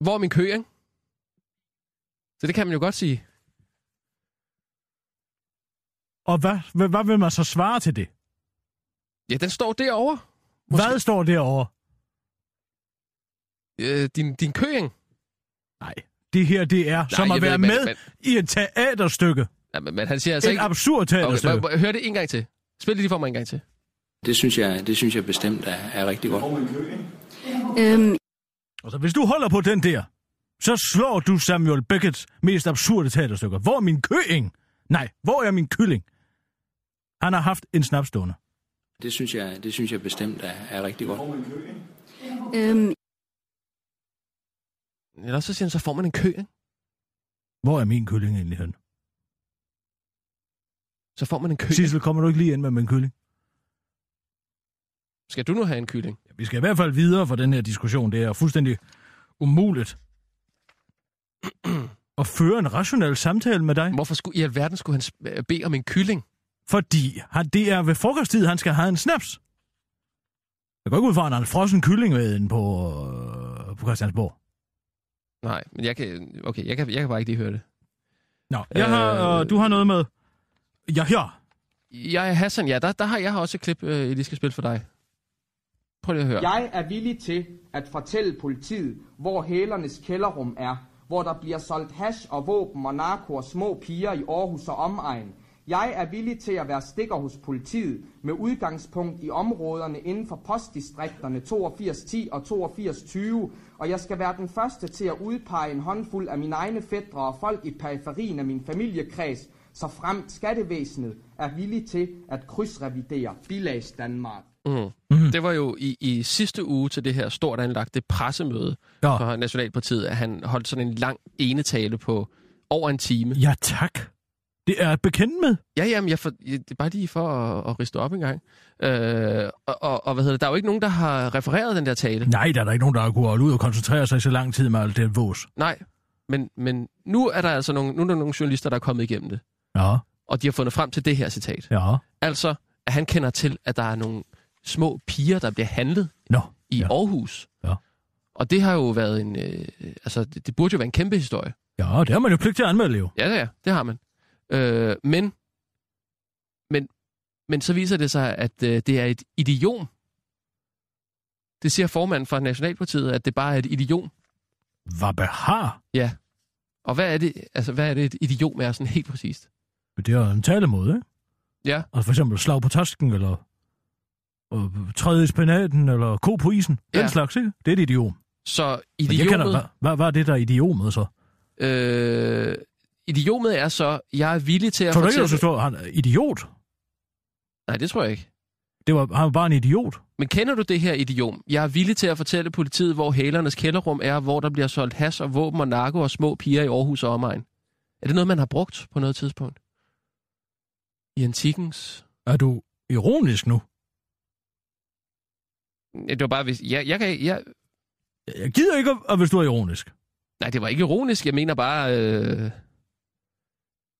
Hvor er min kø, ikke? Så det kan man jo godt sige.
Og hvad, hvad, hvad vil man så svare til det?
Ja, den står derovre. Måske.
Måske. Hvad står derovre?
Øh, din, din kø, ikke?
Det her, det er Nej, som
jeg
at
ved
være med
ikke, hvad-
i et teaterstykke.
Ja, men, men han siger altså
Et
ikke...
absurd
Okay,
teaterstykke.
må- må jeg høre det en gang til. Spil det lige for mig en gang til.
Det synes jeg, det synes jeg bestemt er, er rigtig godt.
øhm,
Altså, hvis du holder på den der, så slår du Samuel Beckett's mest absurde teaterstykker. Hvor er min køing? Nej, hvor er min kylling? Han har haft en snap stående.
Det synes jeg, det synes jeg bestemt er, er rigtig godt.
øhm,
Eller så siger han, så får man en kø, ikke?
Hvor er min kylling egentlig hen?
Så får man en kø.
Sissel, kommer du ikke lige ind med min kylling?
Skal du nu have en kylling?
Ja, vi skal i hvert fald videre for den her diskussion. Det er fuldstændig umuligt at føre en rationel samtale med dig,
Hvorfor skulle, i alverden skulle han sp- øh, bede om en kylling?
fordi han, det er ved frokosttid, han skal have en snaps. Jeg går ikke ud fra, at han har en frossen kylling med inde på, øh, på Christiansborg.
Nej, men jeg kan, okay, jeg kan, jeg kan bare ikke lige høre det.
Nå, jeg har, øh,
Øh,
du har noget med... Ja, ja.
Jeg er Hassan, ja, der, der har jeg har også et klip, øh, jeg lige skal spille for dig. Prøv lige at høre.
Jeg er villig til at fortælle politiet, hvor hælernes kælderrum er, hvor der bliver solgt hash og våben og narko og små piger i Aarhus og omegn. Jeg er villig til at være stikker hos politiet med udgangspunkt i områderne inden for postdistrikterne 8210 og 8220, og jeg skal være den første til at udpege en håndfuld af mine egne fædre og folk i periferien af min familiekreds, så fremt skattevæsenet er villig til at krydsrevidere bilags Danmark.
Mm. Det var jo i, i sidste uge til det her stort anlagte pressemøde
Ja.
for Nationalpartiet, at han holdt sådan en lang enetale på over en time.
Ja, tak. Det er at bekendt med.
Ja, jamen, jeg for, jeg, det er bare lige for at, at riste op en gang. Øh, og, og, og hvad hedder det, der er jo ikke nogen, der har refereret den der tale.
Nej, der er der ikke nogen, der har kunnet holde ud og koncentrere sig i så lang tid med alt det vås.
Nej, men, men nu er der altså nogle, nu er der nogle journalister, der er kommet igennem det.
Ja,
Og de har fundet frem til det her citat.
ja.
Altså, at han kender til, at der er nogle små piger, der bliver handlet
Nå,
i
ja.
ja. Aarhus.
Ja.
Og det har jo været en... Øh, altså, det, det burde jo være en kæmpe historie.
ja, det har man jo pligt til at anmelde jo.
Ja, det er. Det har man. Øh, men, men, men så viser det sig, at øh, det er et idiom. Det siger formanden for Nationalpartiet, at det bare er et idiom.
Hvad behar?
Ja. Og hvad er det, altså, hvad er det et idiom er sådan helt præcist?
Det er jo en talemåde, ikke?
Ja.
Altså for eksempel slag på tasken, eller øh, træde i spinaten, eller ko på isen. Den
Ja.
slags, ikke? Det er et idiom. Men
Så
jeg kender, hvad,
idiomet,
hvad, hvad er det der er idiomet så?
øh, idiomet er så, jeg er villig til at
Tror du ikke,
fortælle...
at du står, han er idiot?
Nej, det tror jeg ikke.
Det var, han var bare en idiot.
Men kender du det her idiom? Jeg er villig til at fortælle politiet, hvor hælernes kælderrum er, hvor der bliver solgt has og våben og narko og små piger i Aarhus og omegn. Er det noget, man har brugt på noget tidspunkt? I antikkens?
Er du ironisk nu?
Ja, Det var bare, hvis... Ja, jeg kan... Ja...
Jeg gider ikke, at- at hvis du er ironisk.
Nej, det var ikke ironisk. Jeg mener bare... Øh...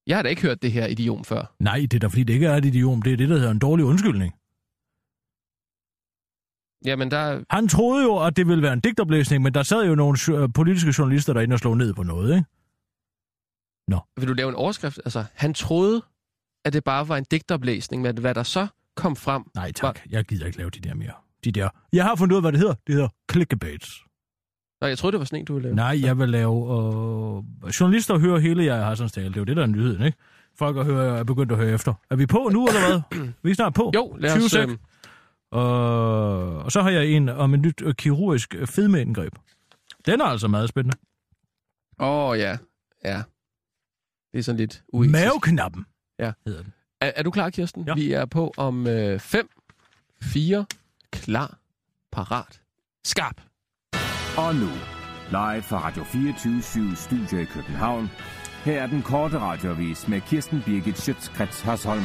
Jeg har da ikke hørt det her idiom før.
Nej, det er da fordi, det ikke er et idiom. Det er det, der hedder en dårlig undskyldning.
Jamen, der...
Han troede jo, at det ville være en digtoplæsning, men der sad jo nogle jo- øh, politiske journalister derinde og slog ned på noget, ikke?
Vil du lave en overskrift? Altså, han troede, at det bare var en digtoplæsning, men hvad der så kom frem...
Nej, tak. Jeg gider ikke lave de der mere. De der. Jeg har fundet ud af, hvad det hedder. Det hedder clickbaits.
Nå, jeg troede, det var sådan en, du ville lave.
Nej, jeg vil lave... Øh... Journalister hører hele jeg har sådan tale. Det er jo det, der er nyheden, ikke? Folk er, hører, er begyndt at høre efter. Er vi på nu, eller hvad? vi er snart på.
Jo, lad os...
20
Øh...
Øh, og så har jeg en om et nyt øh, kirurgisk øh, fedmeindgreb. Den er altså meget spændende.
Åh, oh, ja. Ja. Det er sådan lidt uetisk.
Maveknappen
Ja.
hedder den.
Er, er du klar, Kirsten?
Ja.
Vi er på om 5, 4, klar, parat, skarp.
Og nu, live fra Radio 24 Studio i København. Her er den korte radiovis med Kirsten Birgit Schøtzgrads Hasholm.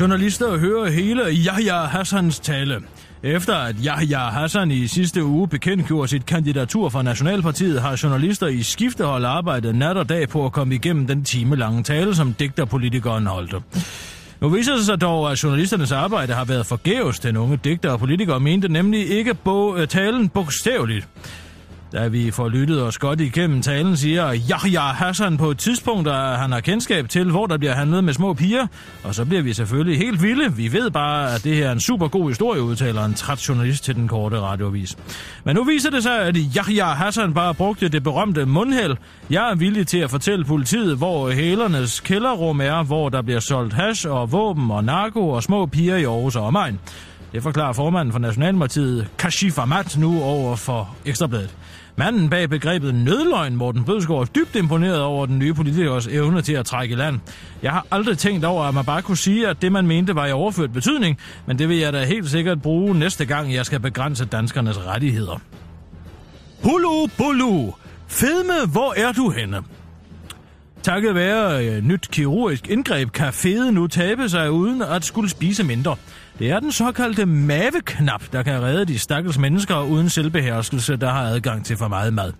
Journalister hører hele Yahya Hassans tale. Efter at Yahya Hassan i sidste uge bekendtgjorde sit kandidatur for Nationalpartiet, har journalister i skiftehold arbejdet nat og dag på at komme igennem den timelange tale, som digterpolitikeren holdte. Nu viser det sig dog, at journalisternes arbejde har været forgæves. Den unge digter og politiker mente nemlig ikke bog, øh, talen bogstaveligt. Da vi får lyttet os godt igennem talen, siger Yahya Hassan på et tidspunkt, at han har kendskab til, hvor der bliver handlet med små piger. Og så bliver vi selvfølgelig helt vilde. Vi ved bare, at det her er en super god historie, udtaler en træt journalist til den korte radiovis. Men nu viser det sig, at Yahya Hassan bare brugte det berømte mundhæld. Jeg er villig til at fortælle politiet, hvor hælernes kælderrum er, hvor der bliver solgt hash og våben og narko og små piger i Aarhus og omegn. Det forklarer formanden for Nationalpartiet, Kashif Ahmad, nu over for Ekstrabladet. Manden bag begrebet nødløgn, Morten Bødskov, er dybt imponeret over den nye politikers evne til at trække i land. Jeg har aldrig tænkt over, at man bare kunne sige, at det man mente var i overført betydning, men det vil jeg da helt sikkert bruge næste gang, jeg skal begrænse danskernes rettigheder. Hulu Bulu! Fedme, hvor er du henne? Takket være et nyt kirurgisk indgreb kan fede nu tabe sig uden at skulle spise mindre. Det er den såkaldte maveknap, der kan redde de stakkels mennesker uden selvbeherskelse, der har adgang til for meget mad.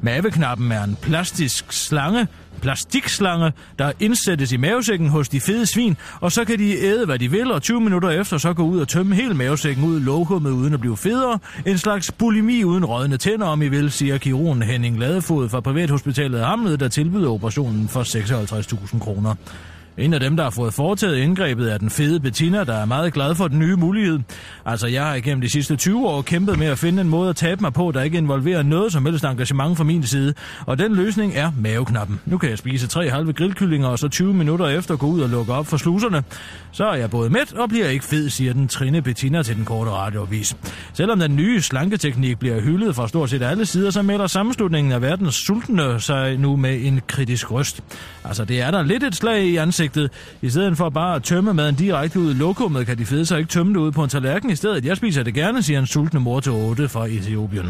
Maveknappen er en plastisk slange, plastikslange, der indsættes i mavesækken hos de fede svin, og så kan de æde, hvad de vil, og 20 minutter efter så gå ud og tømme hele mavesækken ud i lokummet uden at blive federe. En slags bulimi uden rådne tænder, om I vil, siger kirurgen Henning Ladefod fra Privathospitalet Hamlet, der tilbyder operationen for 56.000 kroner. En af dem, der har fået foretaget indgrebet, er den fede Bettina, der er meget glad for den nye mulighed. Altså, jeg har igennem de sidste 20 år kæmpet med at finde en måde at tabe mig på, der ikke involverer noget som helst engagement fra min side. Og den løsning er maveknappen. Nu kan jeg spise tre halve grillkyllinger og så 20 minutter efter gå ud og lukke op for sluserne. Så er jeg både mæt og bliver ikke fed, siger den trine Bettina til den korte radiovis. Selvom den nye slanketeknik bliver hyldet fra stort set alle sider, så melder sammenslutningen af verdens sultne sig nu med en kritisk røst. Altså, det er der lidt et slag i ansigtet ansigtet. I stedet for bare at tømme maden direkte ud i lokummet, kan de fede sig ikke tømme det ud på en tallerken. I stedet, jeg spiser det gerne, siger en sultne mor til 8 fra Etiopien.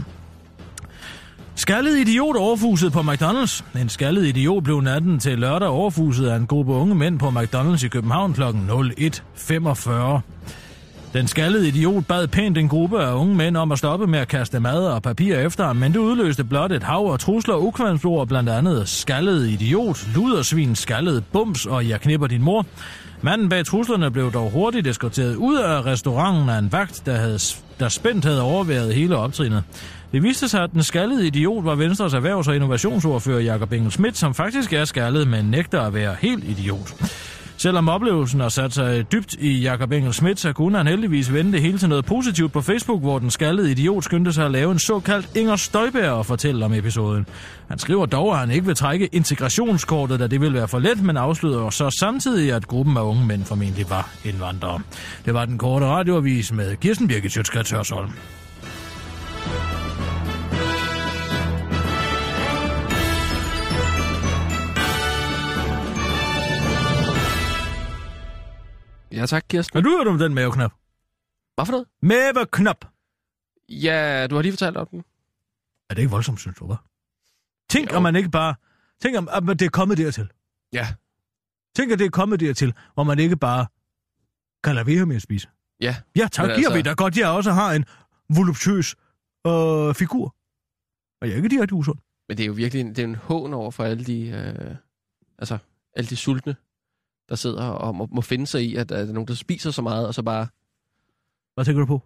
Skaldet idiot overfuset på McDonald's. En skaldet idiot blev natten til lørdag overfuset af en gruppe unge mænd på McDonald's i København kl. 01.45. Den skaldede idiot bad pænt en gruppe af unge mænd om at stoppe med at kaste mad og papir efter ham, men det udløste blot et hav og trusler ukvemsord, blandt andet skaldet idiot, ludersvin, skaldet bums og jeg knipper din mor. Manden bag truslerne blev dog hurtigt eskorteret ud af restauranten af en vagt, der, havde, der spændt havde overværet hele optrinet. Det viste sig, at den skaldede idiot var Venstres erhvervs- og innovationsordfører Jakob Engel Schmidt, som faktisk er skaldet, men nægter at være helt idiot. Selvom oplevelsen har sat sig dybt i Jakob Engel Schmidt, så kunne han heldigvis vende det hele til noget positivt på Facebook, hvor den skaldede idiot skyndte sig at lave en såkaldt Inger Støjbær og fortælle om episoden. Han skriver dog, at han ikke vil trække integrationskortet, da det vil være for let, men afslører så samtidig, at gruppen af unge mænd formentlig var indvandrere. Det var den korte radioavis med Kirsten Birgit Sjøtskrets Hørsholm.
Ja, tak, Kirsten.
Har du hørt om den maveknap?
Hvad for noget?
Maveknap!
Ja, du har lige fortalt om den.
Er det ikke voldsomt, synes du, hva'? Tænk,
Jo.
om man ikke bare... Tænk, om at det er kommet dertil.
Ja.
Tænk, at det er kommet dertil, hvor man ikke bare kan lade være med at spise.
Ja.
Ja, tak,
Men
giver
altså-
vi da godt, jeg også har en voluptuøs øh, figur. Og jeg er ikke direkte usund.
Men det er jo virkelig en, det er en hån over for alle de, øh, altså, alle de sultne, der sidder og må, må finde sig i, at, at der er nogen, der spiser så meget, og så bare...
Hvad tænker du på?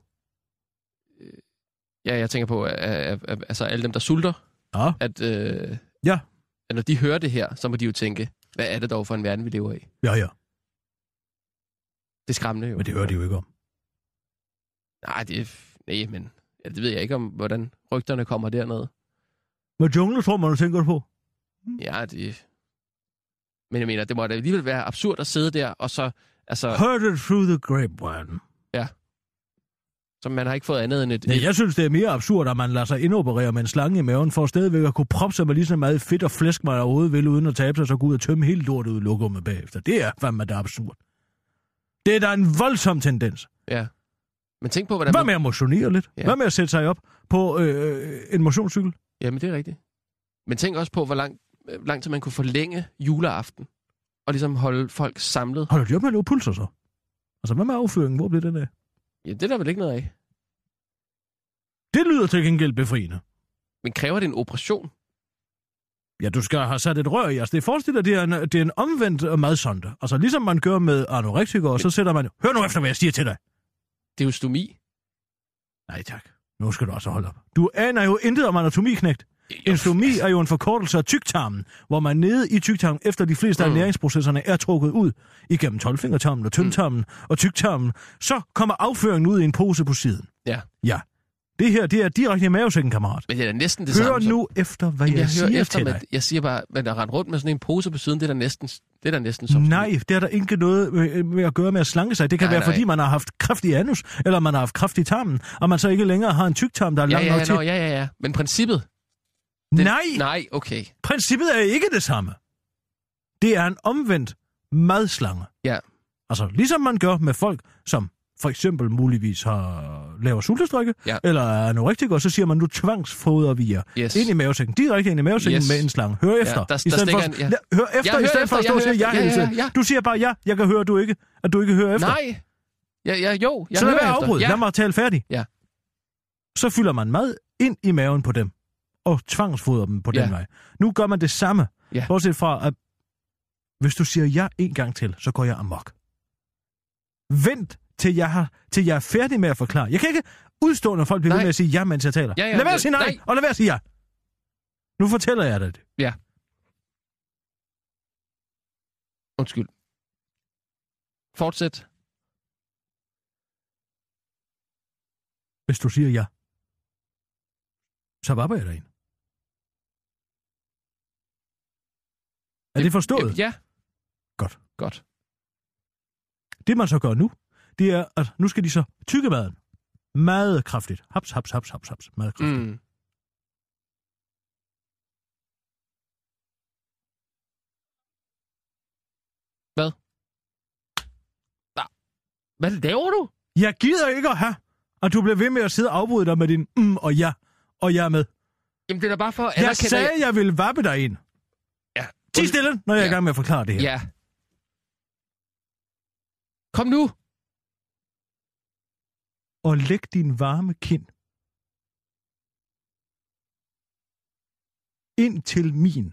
Ja, jeg tænker på, at, at, at, altså alle dem, der sulter,
Ja.
at, øh,
Ja.
at når de hører det her, så må de jo tænke, hvad er det dog for en verden, vi lever i?
Ja, ja.
Det er skræmmende jo.
Men det hører de jo ikke om.
Nej, det, er- nej, men ja, det ved jeg ikke om, hvordan rygterne kommer dernede.
Men jungletrummerne tænker du på?
Ja, det... Men jeg mener, det må da alligevel være absurd at sidde der, og så... Altså,
Heard it through the grapevine.
så man har ikke fået andet end et...
Nej, jeg synes, det er mere absurd, at man lader sig indoperere med en slange i maven, for stadigvæk at kunne proppe sig med lige så meget fedt og flæsk, man overhovedet vil, uden at tabe sig, så gå ud og tømme hele lortet ud i lokummet bagefter. Det er fandme da absurd. Det er da en voldsom tendens.
Ja. Men tænk på, hvordan...
Hvad
man-
med at motionere lidt?
Ja.
Hvad med at sætte sig op på øh, en motionscykel?
Jamen, det er rigtigt. Men tænk også på, hvor lang, øh, lang tid man kunne forlænge juleaften, og ligesom holde folk samlet.
Holder de op med at løbe pulser så? Altså, hvad med afføringen? Hvor bliver den af?
Ja, det er der vel ikke noget af.
Det lyder til gengæld befriende.
Men kræver det en operation?
Ja, du skal have sat et rør i. Altså, det forestiller dig, at det er en, det er en omvendt øh, madsonde. Altså, ligesom man gør med anorektikere, så sætter man... Hør nu efter, hvad jeg siger til dig.
Det er jo stomi.
Nej, tak. Nu skal du altså holde op. Du aner jo intet om anatomiknægt. En stomi er jo en forkortelse af tyktarmen, hvor man nede i tyktarmen efter de fleste
Mm.
af næringsprocesserne er trukket ud igennem tolvfingertarmen og tyndtarmen
Mm.
og tyktarmen. Så kommer afføringen ud i en pose på siden.
Ja.
Ja. Det her, det er direkte i mavesækken, kammerat.
Men det er da næsten det
Hør
samme. som-
nu efter, hvad jeg,
Jamen,
jeg siger
hører
efter, til
men
dig.
jeg siger bare, men der rende rundt med sådan en pose på siden, det er da næsten, det er da næsten som...
Nej, det har der ikke noget med, med at gøre med at slanke sig. Det kan
Nej,
nej, være,
nej.
nej. fordi man har haft kraft i anus, eller man har haft kraft i tarmen, og man så ikke længere har en tyktarm, der er
ja,
lang
ja,
nok
ja,
til.
nå, ja, ja, ja. Men princippet...
Den,
den-
nej, nej,
Nej, okay.
princippet er ikke det samme. Det er en omvendt madslange.
Ja.
Altså, ligesom man gør med folk, som for eksempel muligvis har laver sultestrikke,
Ja.
eller er anorektikere, så siger man, nu tvangsfoder vi jer
Yes.
ind i mavesækken, direkte ind i mavesækken
Yes.
yes. med en slange. Hør efter.
der- der
i stedet for,
stikker
ja.
en-
Hør efter,
hører
i stedet for
efter,
at stå
jeg
og sige
hører
ja,
efter.
hele
Ja, ja,
tiden.
ja.
Du siger bare ja, jeg kan høre, at du ikke, at du ikke hører efter.
Nej. Ja, ja, jo. Jeg
så lad
hører
være
efter.
afbrud.
Ja.
Lad mig tale færdig.
Ja.
Så fylder man mad ind i maven på dem, og tvangsfoder dem på
Ja.
ja. den vej. Nu gør man det samme,
Ja.
bortset fra, at hvis du siger ja en gang til, så går jeg amok. Vent, til jeg, har, til jeg er færdig med at forklare. Jeg kan ikke udstå, når folk bliver
Nej.
ved med at sige ja, mens jeg taler.
Ja, ja,
lad være
men-
at sige nej,
nej.
og lad være at sige ja. Nu fortæller jeg dig det.
Undskyld. Fortsæt.
Hvis du siger ja, så vapper jeg dig ind. Er det forstået?
Ja.
Godt.
Godt.
Det man så gør nu, det er, at nu skal de så tykke maden. Meget kraftigt. Haps, haps, haps, haps, haps. Meget kraftigt. Mm.
Mm. Hvad? Hva- Hvad laver du?
Jeg gider ikke at have, at du bliver ved med at sidde og afbryde dig med din mm og ja, og jeg er med.
Jamen, det er da bare for at
Jeg sagde, jeg ville vappe dig ind.
Ja.
Ti stille, når jeg er
Ja.
i gang med at forklare det her.
Ja. Kom nu.
Og læg din varme kind ind til min.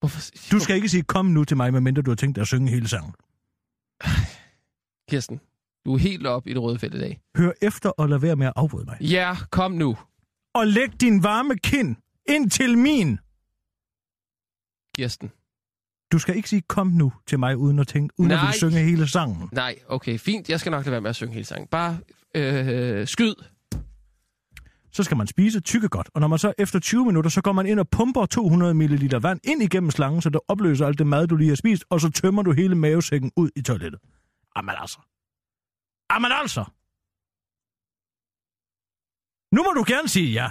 Hvorfor?
Du skal ikke sige, kom nu til mig, medmindre du har tænkt dig at synge hele sangen.
Kirsten, du er helt op i det røde felt i dag.
Hør efter og lad være med at afbryde mig.
Ja, kom nu.
Og læg din varme kind ind til min.
Kirsten.
Du skal ikke sige, kom nu til mig, uden at tænke, uden Nej. at
Nej.
ville synge hele sangen.
Nej, okay, fint. Jeg skal nok lade være med at synge hele sangen. Bare øh, skyd.
Så skal man spise tykke godt, og når man så efter 20 minutter, så går man ind og pumper 200 ml vand ind igennem slangen, så det opløser alt det mad, du lige har spist, og så tømmer du hele mavesækken ud i toilettet. Jamen altså. Jamen altså. Nu må du gerne sige ja.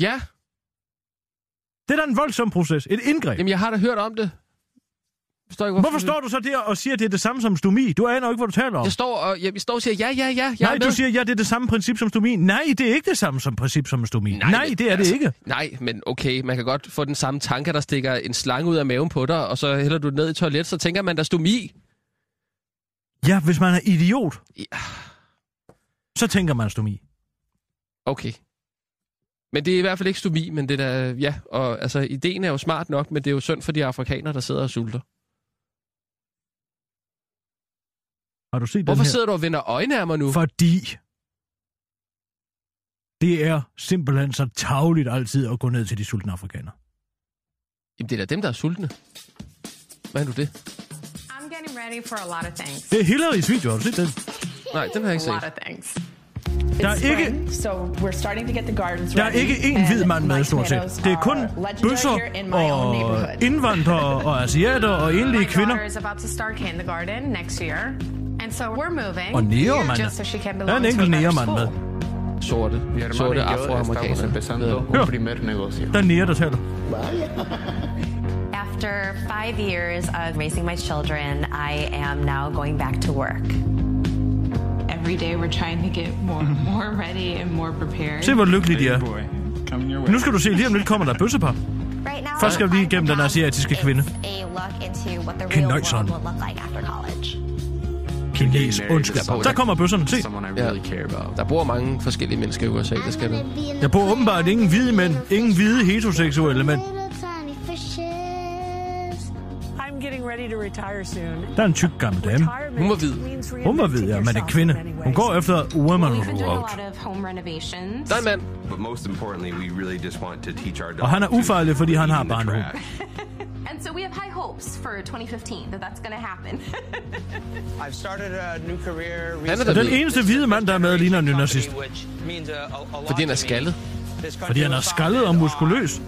Ja,
Det er da en voldsom proces. Et indgreb.
jamen jeg har da hørt om det. Forstår ikke,
Hvorfor står du så der og siger, at det er det samme som stomi? Du aner jo ikke, hvad du taler om.
Jeg står og, jeg, jeg står og siger, ja, ja, ja, jeg
Nej,
er med.
du siger, ja, det er det samme princip som stomi. Nej, det er ikke det samme som princip som stomi. Nej, Nej
men
det er det
altså-
ikke.
Nej, men okay, man kan godt få den samme tanke, der stikker en slange ud af maven på dig, og så hælder du den ned i toilet, så tænker man, der er stomi.
Ja, hvis man er idiot,
Ja.
så tænker man stomi.
Okay. Men det er i hvert fald ikke stomi, men det der, ja, og altså, ideen er jo smart nok, men det er jo synd for de afrikanere, der sidder og sulter.
Har du set
Hvorfor
den her?
sidder du og vender øjne af mig nu?
Fordi det er simpelthen så tavligt altid at gå ned til de sultne afrikanere.
Jamen, det er da dem, der er sultne. Hvad er nu det?
I'm getting ready for a lot of things.
Det er Hillary's video, har du set den?
Nej, den har jeg ikke
A lot
set.
of things.
Der er ikke,
Spring, so we're starting to get the gardens
der er
ready,
ikke én
and
hvid mand
my
med, stort set.
tomatoes
Det er kun
are legendary
bøsser
here in my own
og
neighborhood.
indvandrere og asiater og
My
enlige kvinder.
daughter is about to start kindergarten next year. And so we're moving
Og negermand.
just so she can
Der er
belong
en
to
enkelt
another
negermand
school.
med.
Sorte, sorte afroamerikanere.
Hør.
primer negocio.
Der er nære, der taler.
After five years of raising my children, I am now going back to work. Every day we're trying to get more more ready and more prepared.
Se, hvor lykkelige de er.
Coming your
Nu skal du se, lige om lidt kommer der bøssepar.
Right now,
Først skal vi lige igennem den asiatiske kvinde. Kinøjseren. Kines ondskab. Der kommer bøsserne, se.
Ja. Der bor mange forskellige mennesker i USA, der skal det.
Der bor åbenbart ingen hvide mænd, ingen hvide heteroseksuelle mænd.
I'm getting ready to retire soon.
Der er en tyk gammel dame.
Hun var hvid.
Hun var hvid, ja, men det er kvinde. Hun går efter Woman Road.
Der er en mand.
But most importantly, we really just want to teach our
Og han er ufarlig, fordi han har bare en hund.
And so we have high hopes for 2015 that that's going to happen.
I've started a new career
Han er den eneste hvide mand, der er med, ligner en nynazist.
which means a, a, a lot
Fordi han er skaldet.
Fordi han er skaldet og muskuløs.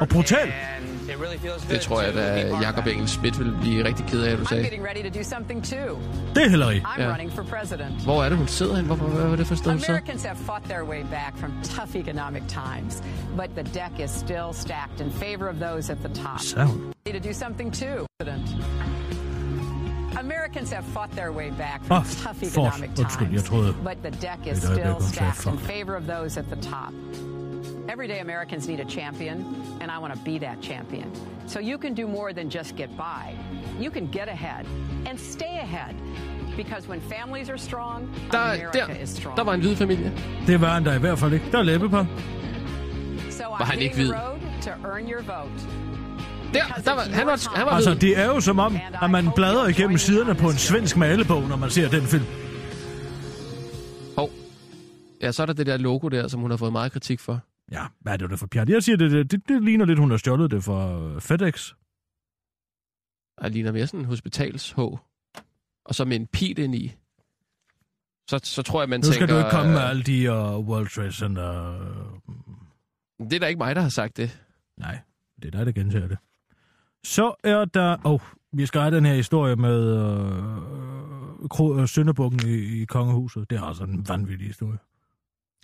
Og brutal.
and it really feels
Det tror jeg, at Jacob Engel Schmidt ville blive rigtig ked af, at du sagde.
ready to do something too.
Det er heller ikke.
I'm
Ja.
running for president.
Hvor er det, hun sidder hen? Hvorfor, hvad var det for sted, hun sidder?
Americans have fought their way back from tough economic times, but the deck is still stacked in favor of those at the top.
Sound.
Ready to do something too, president. Americans have fought their way back
Ah,
from tough
fought.
economic
Undskyld, jeg
times,
troede
but the deck
et
is
øjeblik,
still
hun sagde
stacked in
fuck.
favor of those at the top. Everyday Americans need a champion, and I want to be that champion. So you can do more than just get by. You can get ahead and stay ahead. Because when families are strong,
Der, der,
America is strong.
der var en hvid familie.
Det var han da i hvert fald ikke. Der er læbe på.
So
Var
I'm
han ikke
hitting the road
hvid?
to earn your vote.
Der, der var, han var, han var
Altså,
hvid.
det er jo som om, at man bladrer igennem siderne på en svensk malebog, når man ser den film.
Hov. Ja, så er der det der logo der, som hun har fået meget kritik for.
Ja, hvad er det, det for pjat? Jeg siger, det, det, det, det ligner lidt, hun har stjålet det fra FedEx.
Og det ligner mere sådan en hospitals -H. Og så med en pil ind i. Så, så tror jeg, man
Nu
tænker...
skal du ikke komme med
øh,
alle de uh, World Trade Center... øh,
Det er da ikke mig, der har sagt det.
Nej, det er dig, der gentager det. Så er der... Åh, oh, vi skal have den her historie med øh, Kro- øh, Sønderbukken i, i Kongehuset. Det er altså en vanvittig historie.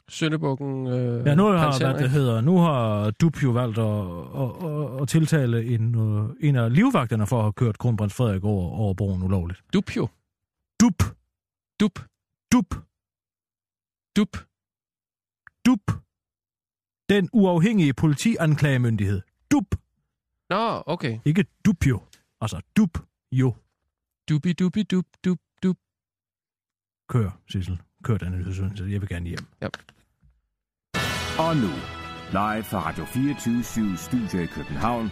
Sønderbukken... Øh,
Ja, nu har,
Prins
hvad det
Henrik.
hedder, nu har Dub jo valgt at, at, at, at tiltale en, øh, en af livvagterne for at have kørt kronprins Frederik over, over broen ulovligt.
Dup jo.
Dub,
Dup.
dub,
Dup.
dub. Den uafhængige politianklagemyndighed. Dub.
Nå, okay.
Ikke dubjo. Altså dub jo.
Dubi, dubi, dup, dup, dup.
Kør, Sissel. Kør den nyhedsudsendelse. Jeg vil gerne hjem.
Og nu, live fra Radio 24 Studio i København.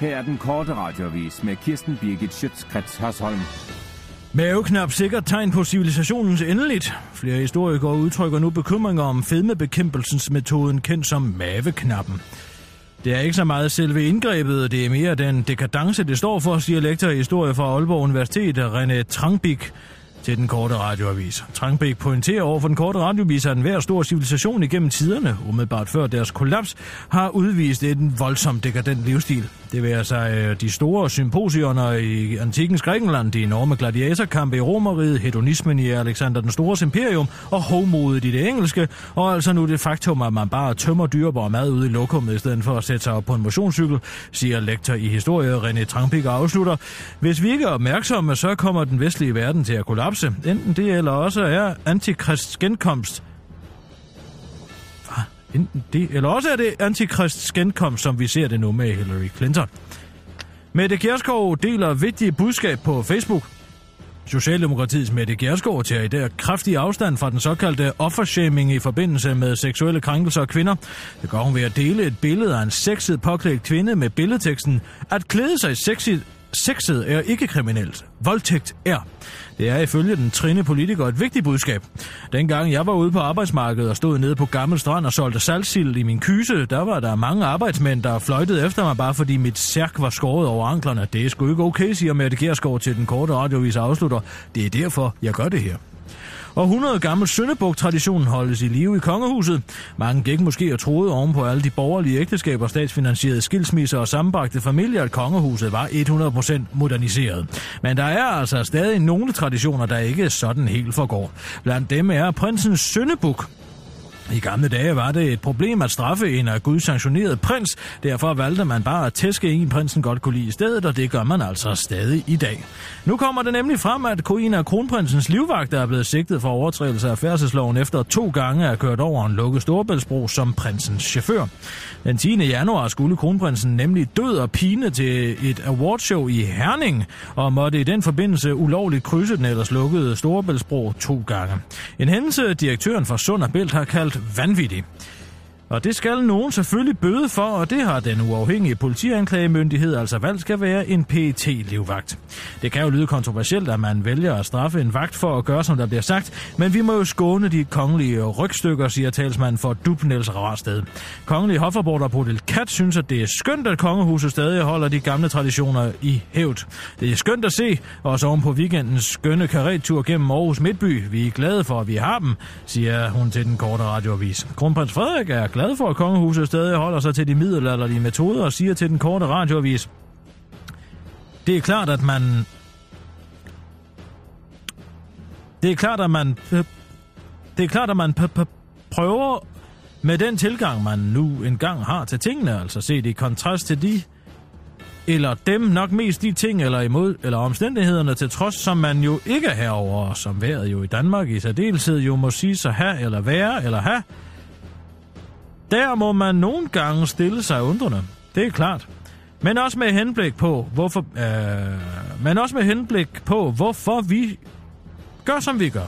Her er den korte radiovis med Kirsten Birgit Schøtzgrads Hasholm.
Maveknap sikkert tegn på civilisationens endeligt. Flere historikere udtrykker nu bekymringer om fedmebekæmpelsesmetoden kendt som maveknappen. Det er ikke så meget selve indgrebet, det er mere den dekadence, det står for, siger lektor i historie fra Aalborg Universitet, René Trangbæk, til den korte radioavis. Trangbæk pointerer over for den korte radioavis, at enhver stor civilisation igennem tiderne, umiddelbart før deres kollaps, har udvist en voldsom dekadent livsstil. Det vil altså de store symposioner i antikens Grækenland, de enorme gladiatorkampe i Romeriet, hedonismen i Alexander den Stores imperium og hovmodet i det engelske, og altså nu det faktum, at man bare tømmer dyrbar mad ude i lokummet i stedet for at sætte sig op på en motionscykel, siger lektor i historie René Trangbæk og afslutter. Hvis vi ikke er opmærksomme, så kommer den vestlige verden til at kollapse. Enten det eller også er antikrist genkomst. Hva? Enten det, eller også er det antikrist genkomst, som vi ser det nu med Hillary Clinton. Mette Kjerskov deler vigtige budskab på Facebook. Socialdemokratiets Mette Gjerskov tager i dag kraftig afstand fra den såkaldte offershaming i forbindelse med seksuelle krænkelser af kvinder. Det gør hun ved at dele et billede af en sexet påklædt kvinde med billedteksten At klæde sig sexet, sexet er ikke kriminelt. Voldtægt er. Det er ifølge den trine politiker et vigtigt budskab. Dengang jeg var ude på arbejdsmarkedet og stod nede på Gammel Strand og solgte saltsild i min kyse, der var der mange arbejdsmænd, der fløjtede efter mig, bare fordi mit særk var skåret over anklerne. Det er sgu ikke okay, siger Mette Gjerskov til den korte radiovis og afslutter. Det er derfor, jeg gør det her. Og 100 gammel Søndebog-traditionen holdes i live i kongehuset. Mange gik måske og troede oven på alle de borgerlige ægteskaber, statsfinansierede skilsmisser og sammenbragte familier, at kongehuset var 100% moderniseret. Men der er altså stadig nogle traditioner, der ikke sådan helt forgår. Blandt dem er prinsens søndebuk, i gamle dage var det et problem at straffe en af Guds sanktionerede prins, derfor valgte man bare at tæske en, prinsen godt kunne lide i stedet, og det gør man altså stadig i dag. Nu kommer det nemlig frem, at en af kronprinsens livvagter er blevet sigtet for overtrædelse af færdselsloven efter to gange at kørt over en lukket storebæltsbro som prinsens chauffør. Den 10. januar skulle kronprinsen nemlig død og pine til et awardshow i Herning, og måtte i den forbindelse ulovligt krydse den ellers lukkede Storebæltsbro to gange. En hændelse, direktøren for Sund og Bælt har kaldt vanvittig. Og det skal nogen selvfølgelig bøde for, og det har den uafhængige politianklagemyndighed altså valgt skal være en pt livvagt Det kan jo lyde kontroversielt, at man vælger at straffe en vagt for at gøre, som der bliver sagt, men vi må jo skåne de kongelige rygstykker, siger talsmanden for Dub Niels Rarsted. Kongelige hofreporter Bodil Kat synes, at det er skønt, at kongehuset stadig holder de gamle traditioner i hævd. Det er skønt at se, også oven på weekendens skønne karettur gennem Aarhus Midtby. Vi er glade for, at vi har dem, siger hun til den korte radioavis. Kronprins Frederik er glad for, at kongehuset stadig holder sig til de middelalderlige metoder og siger til den korte radioavis. Det er klart, at man... Det er klart, at man... Det er klart, at man prøver med den tilgang, man nu engang har til tingene, altså set i kontrast til de eller dem nok mest de ting eller imod eller omstændighederne til trods, som man jo ikke er herover, og som vejret jo i Danmark i særdeleshed jo må sige sig have eller være eller have. Der må man nogle gange stille sig undrende. Det er klart. Men også med henblik på, hvorfor, øh, men også med henblik på, hvorfor vi gør, som vi gør.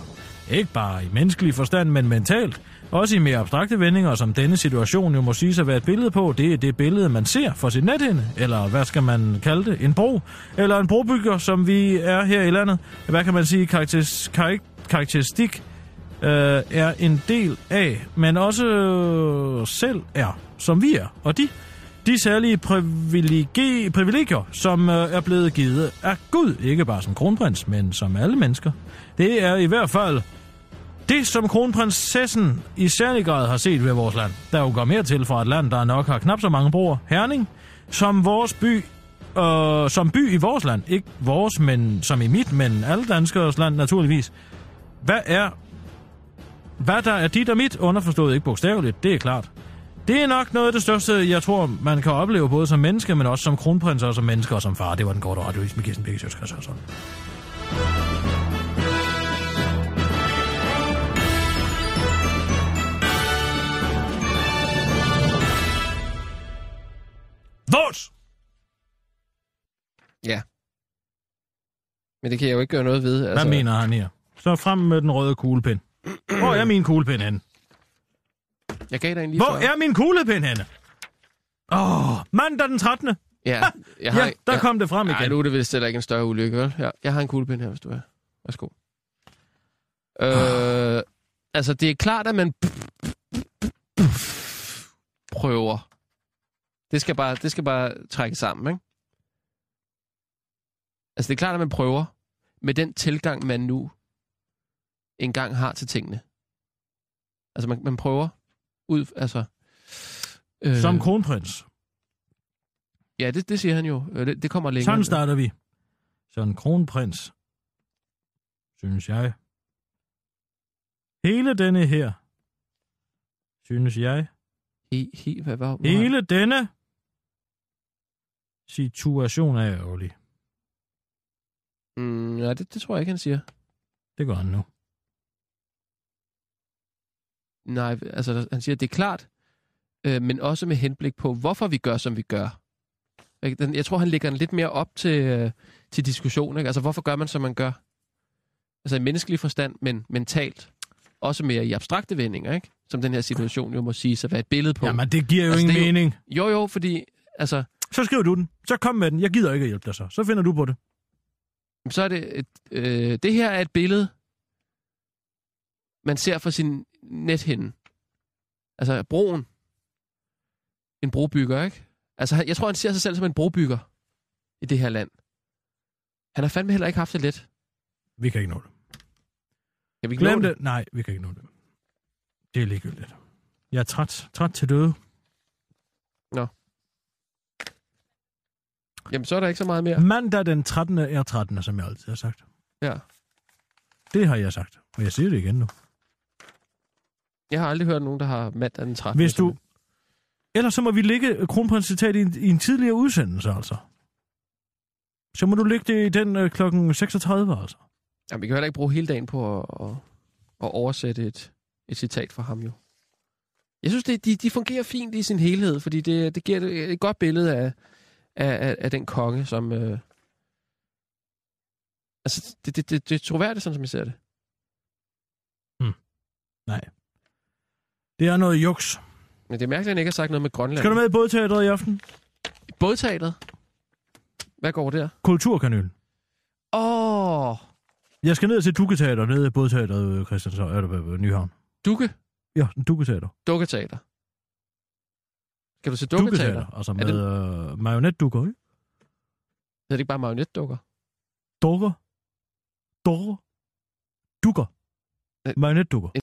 Ikke bare i menneskelig forstand, men mentalt. Også i mere abstrakte vendinger, som denne situation jo må sige sig være et billede på, det er det billede, man ser for sit nethinde, eller hvad skal man kalde det, en bro, eller en brobygger, som vi er her i landet. Hvad kan man sige, karakteris- karak- karakteristik øh, er en del af, men også øh, selv er, som vi er, og de de særlige privilegi- privilegier, som øh, er blevet givet af Gud, ikke bare som kronprins, men som alle mennesker. Det er i hvert fald det, som kronprinsessen i særlig grad har set ved vores land. Der er jo går mere til fra et land, der nok har knap så mange broer, Herning, som vores by øh, som by i vores land. Ikke vores, men som i mit, men alle danskers land naturligvis. Hvad er hvad der er dit og mit, underforstået ikke bogstaveligt, det er klart. Det er nok noget af det største, jeg tror, man kan opleve både som menneske, men også som kronprins og som menneske og som far. Det var den korte radiovis med Kirsten Birgit Sjøtskrids og sådan. Vores!
Ja. Men det kan jeg jo ikke gøre noget ved. altså.
Hvad mener han her? Så frem med den røde kuglepen. Hvor er min kuglepen henne?
Jeg gav dig en lige
Hvor
før.
er min kuglepen henne? Åh, oh, mandag den 13.
Ja, jeg
ja, der kom det frem
Ej,
igen.
nu er det vist heller ikke en større ulykke, vel? Ja, jeg har en kuglepen her, hvis du er. Værsgo.
Ah.
Øh, altså, det er klart, at man prøver. Det skal bare, det skal bare trække sammen, ikke? Altså, det er klart, at man prøver med den tilgang, man nu engang har til tingene. Altså, man, man prøver ud, altså... Øh,
Som kronprins.
Ja, det, det siger han jo. Øh, Det, det kommer længere.
Sådan starter vi. Så en kronprins, synes jeg. Hele denne her, synes jeg.
He, he, hvad, hvad,
Hele denne situation er ærgerlig.
Mm, nej, det, det tror jeg ikke, han siger.
Det gør han nu.
Nej, altså der- han siger, det er klart, øh, men også med henblik på, hvorfor vi gør, som vi gør. Ikke? Den- Jeg tror, han lægger den lidt mere op til, øh, til diskussion. Ikke? Altså, hvorfor gør man, som man gør? Altså i menneskelig forstand, men mentalt. Også mere i abstrakte vendinger, ikke? Som den her situation jo må sige sig være et billede på.
Jamen, det giver jo
Altså,
altså, ingen
det er jo-
mening.
Jo, jo, fordi altså,
Så skriver du den. Så kom med den. Jeg gider ikke at hjælpe dig så. Så finder du på det.
så er det... Et, øh, det her er et billede, man ser fra sin nethinde. Altså broen. En brobygger, ikke? Altså, han- jeg tror, han ser sig selv som en brobygger i det her land. Han har fandme heller ikke haft det let.
Vi kan ikke nå det.
Kan vi ikke
Glem
nå
det. Nej, vi kan ikke nå det. Det er ligegyldigt. Jeg er træt. Træt til døde.
Jamen, så er der ikke så meget mere.
Mandag den 13. er 13. som jeg altid har sagt.
Ja.
Det har jeg sagt. Og jeg siger det igen nu.
Jeg har aldrig hørt nogen, der har mandag den 13.
Hvis du... Ellers så må vi lægge kronprins citat i en, i en tidligere udsendelse, altså. Så må du lægge det i den øh, klokken 36, altså.
Jamen, vi kan heller ikke bruge hele dagen på at, at, at oversætte et, et citat fra ham, jo. Jeg synes, det, de, de fungerer fint i sin helhed, fordi det, det giver et, et godt billede af, af, af, af den konge, som... Øh, altså, det, det, det, det er troværdigt, sådan som jeg ser det.
Det er noget juks.
Men det er mærkeligt, at han ikke har sagt noget med Grønland.
Skal du med i bådteateret i aften?
Bådteateret? Hvad går der?
Kulturkanalen.
Åh, oh,
Jeg skal ned til Dukketeater, nede i bådteateret øh, Christianshavn, eller øh, Nyhavn.
dukke.
Ja, Dukketeater.
Dukketeater. Kan du se dukketeater? dukketeater.
altså
Er
med det... øh, marionetdukker, ikke?
Er det ikke bare marionetdukker?
Dukker. Dukker. Dukker.
Øh,
Marionetdukker.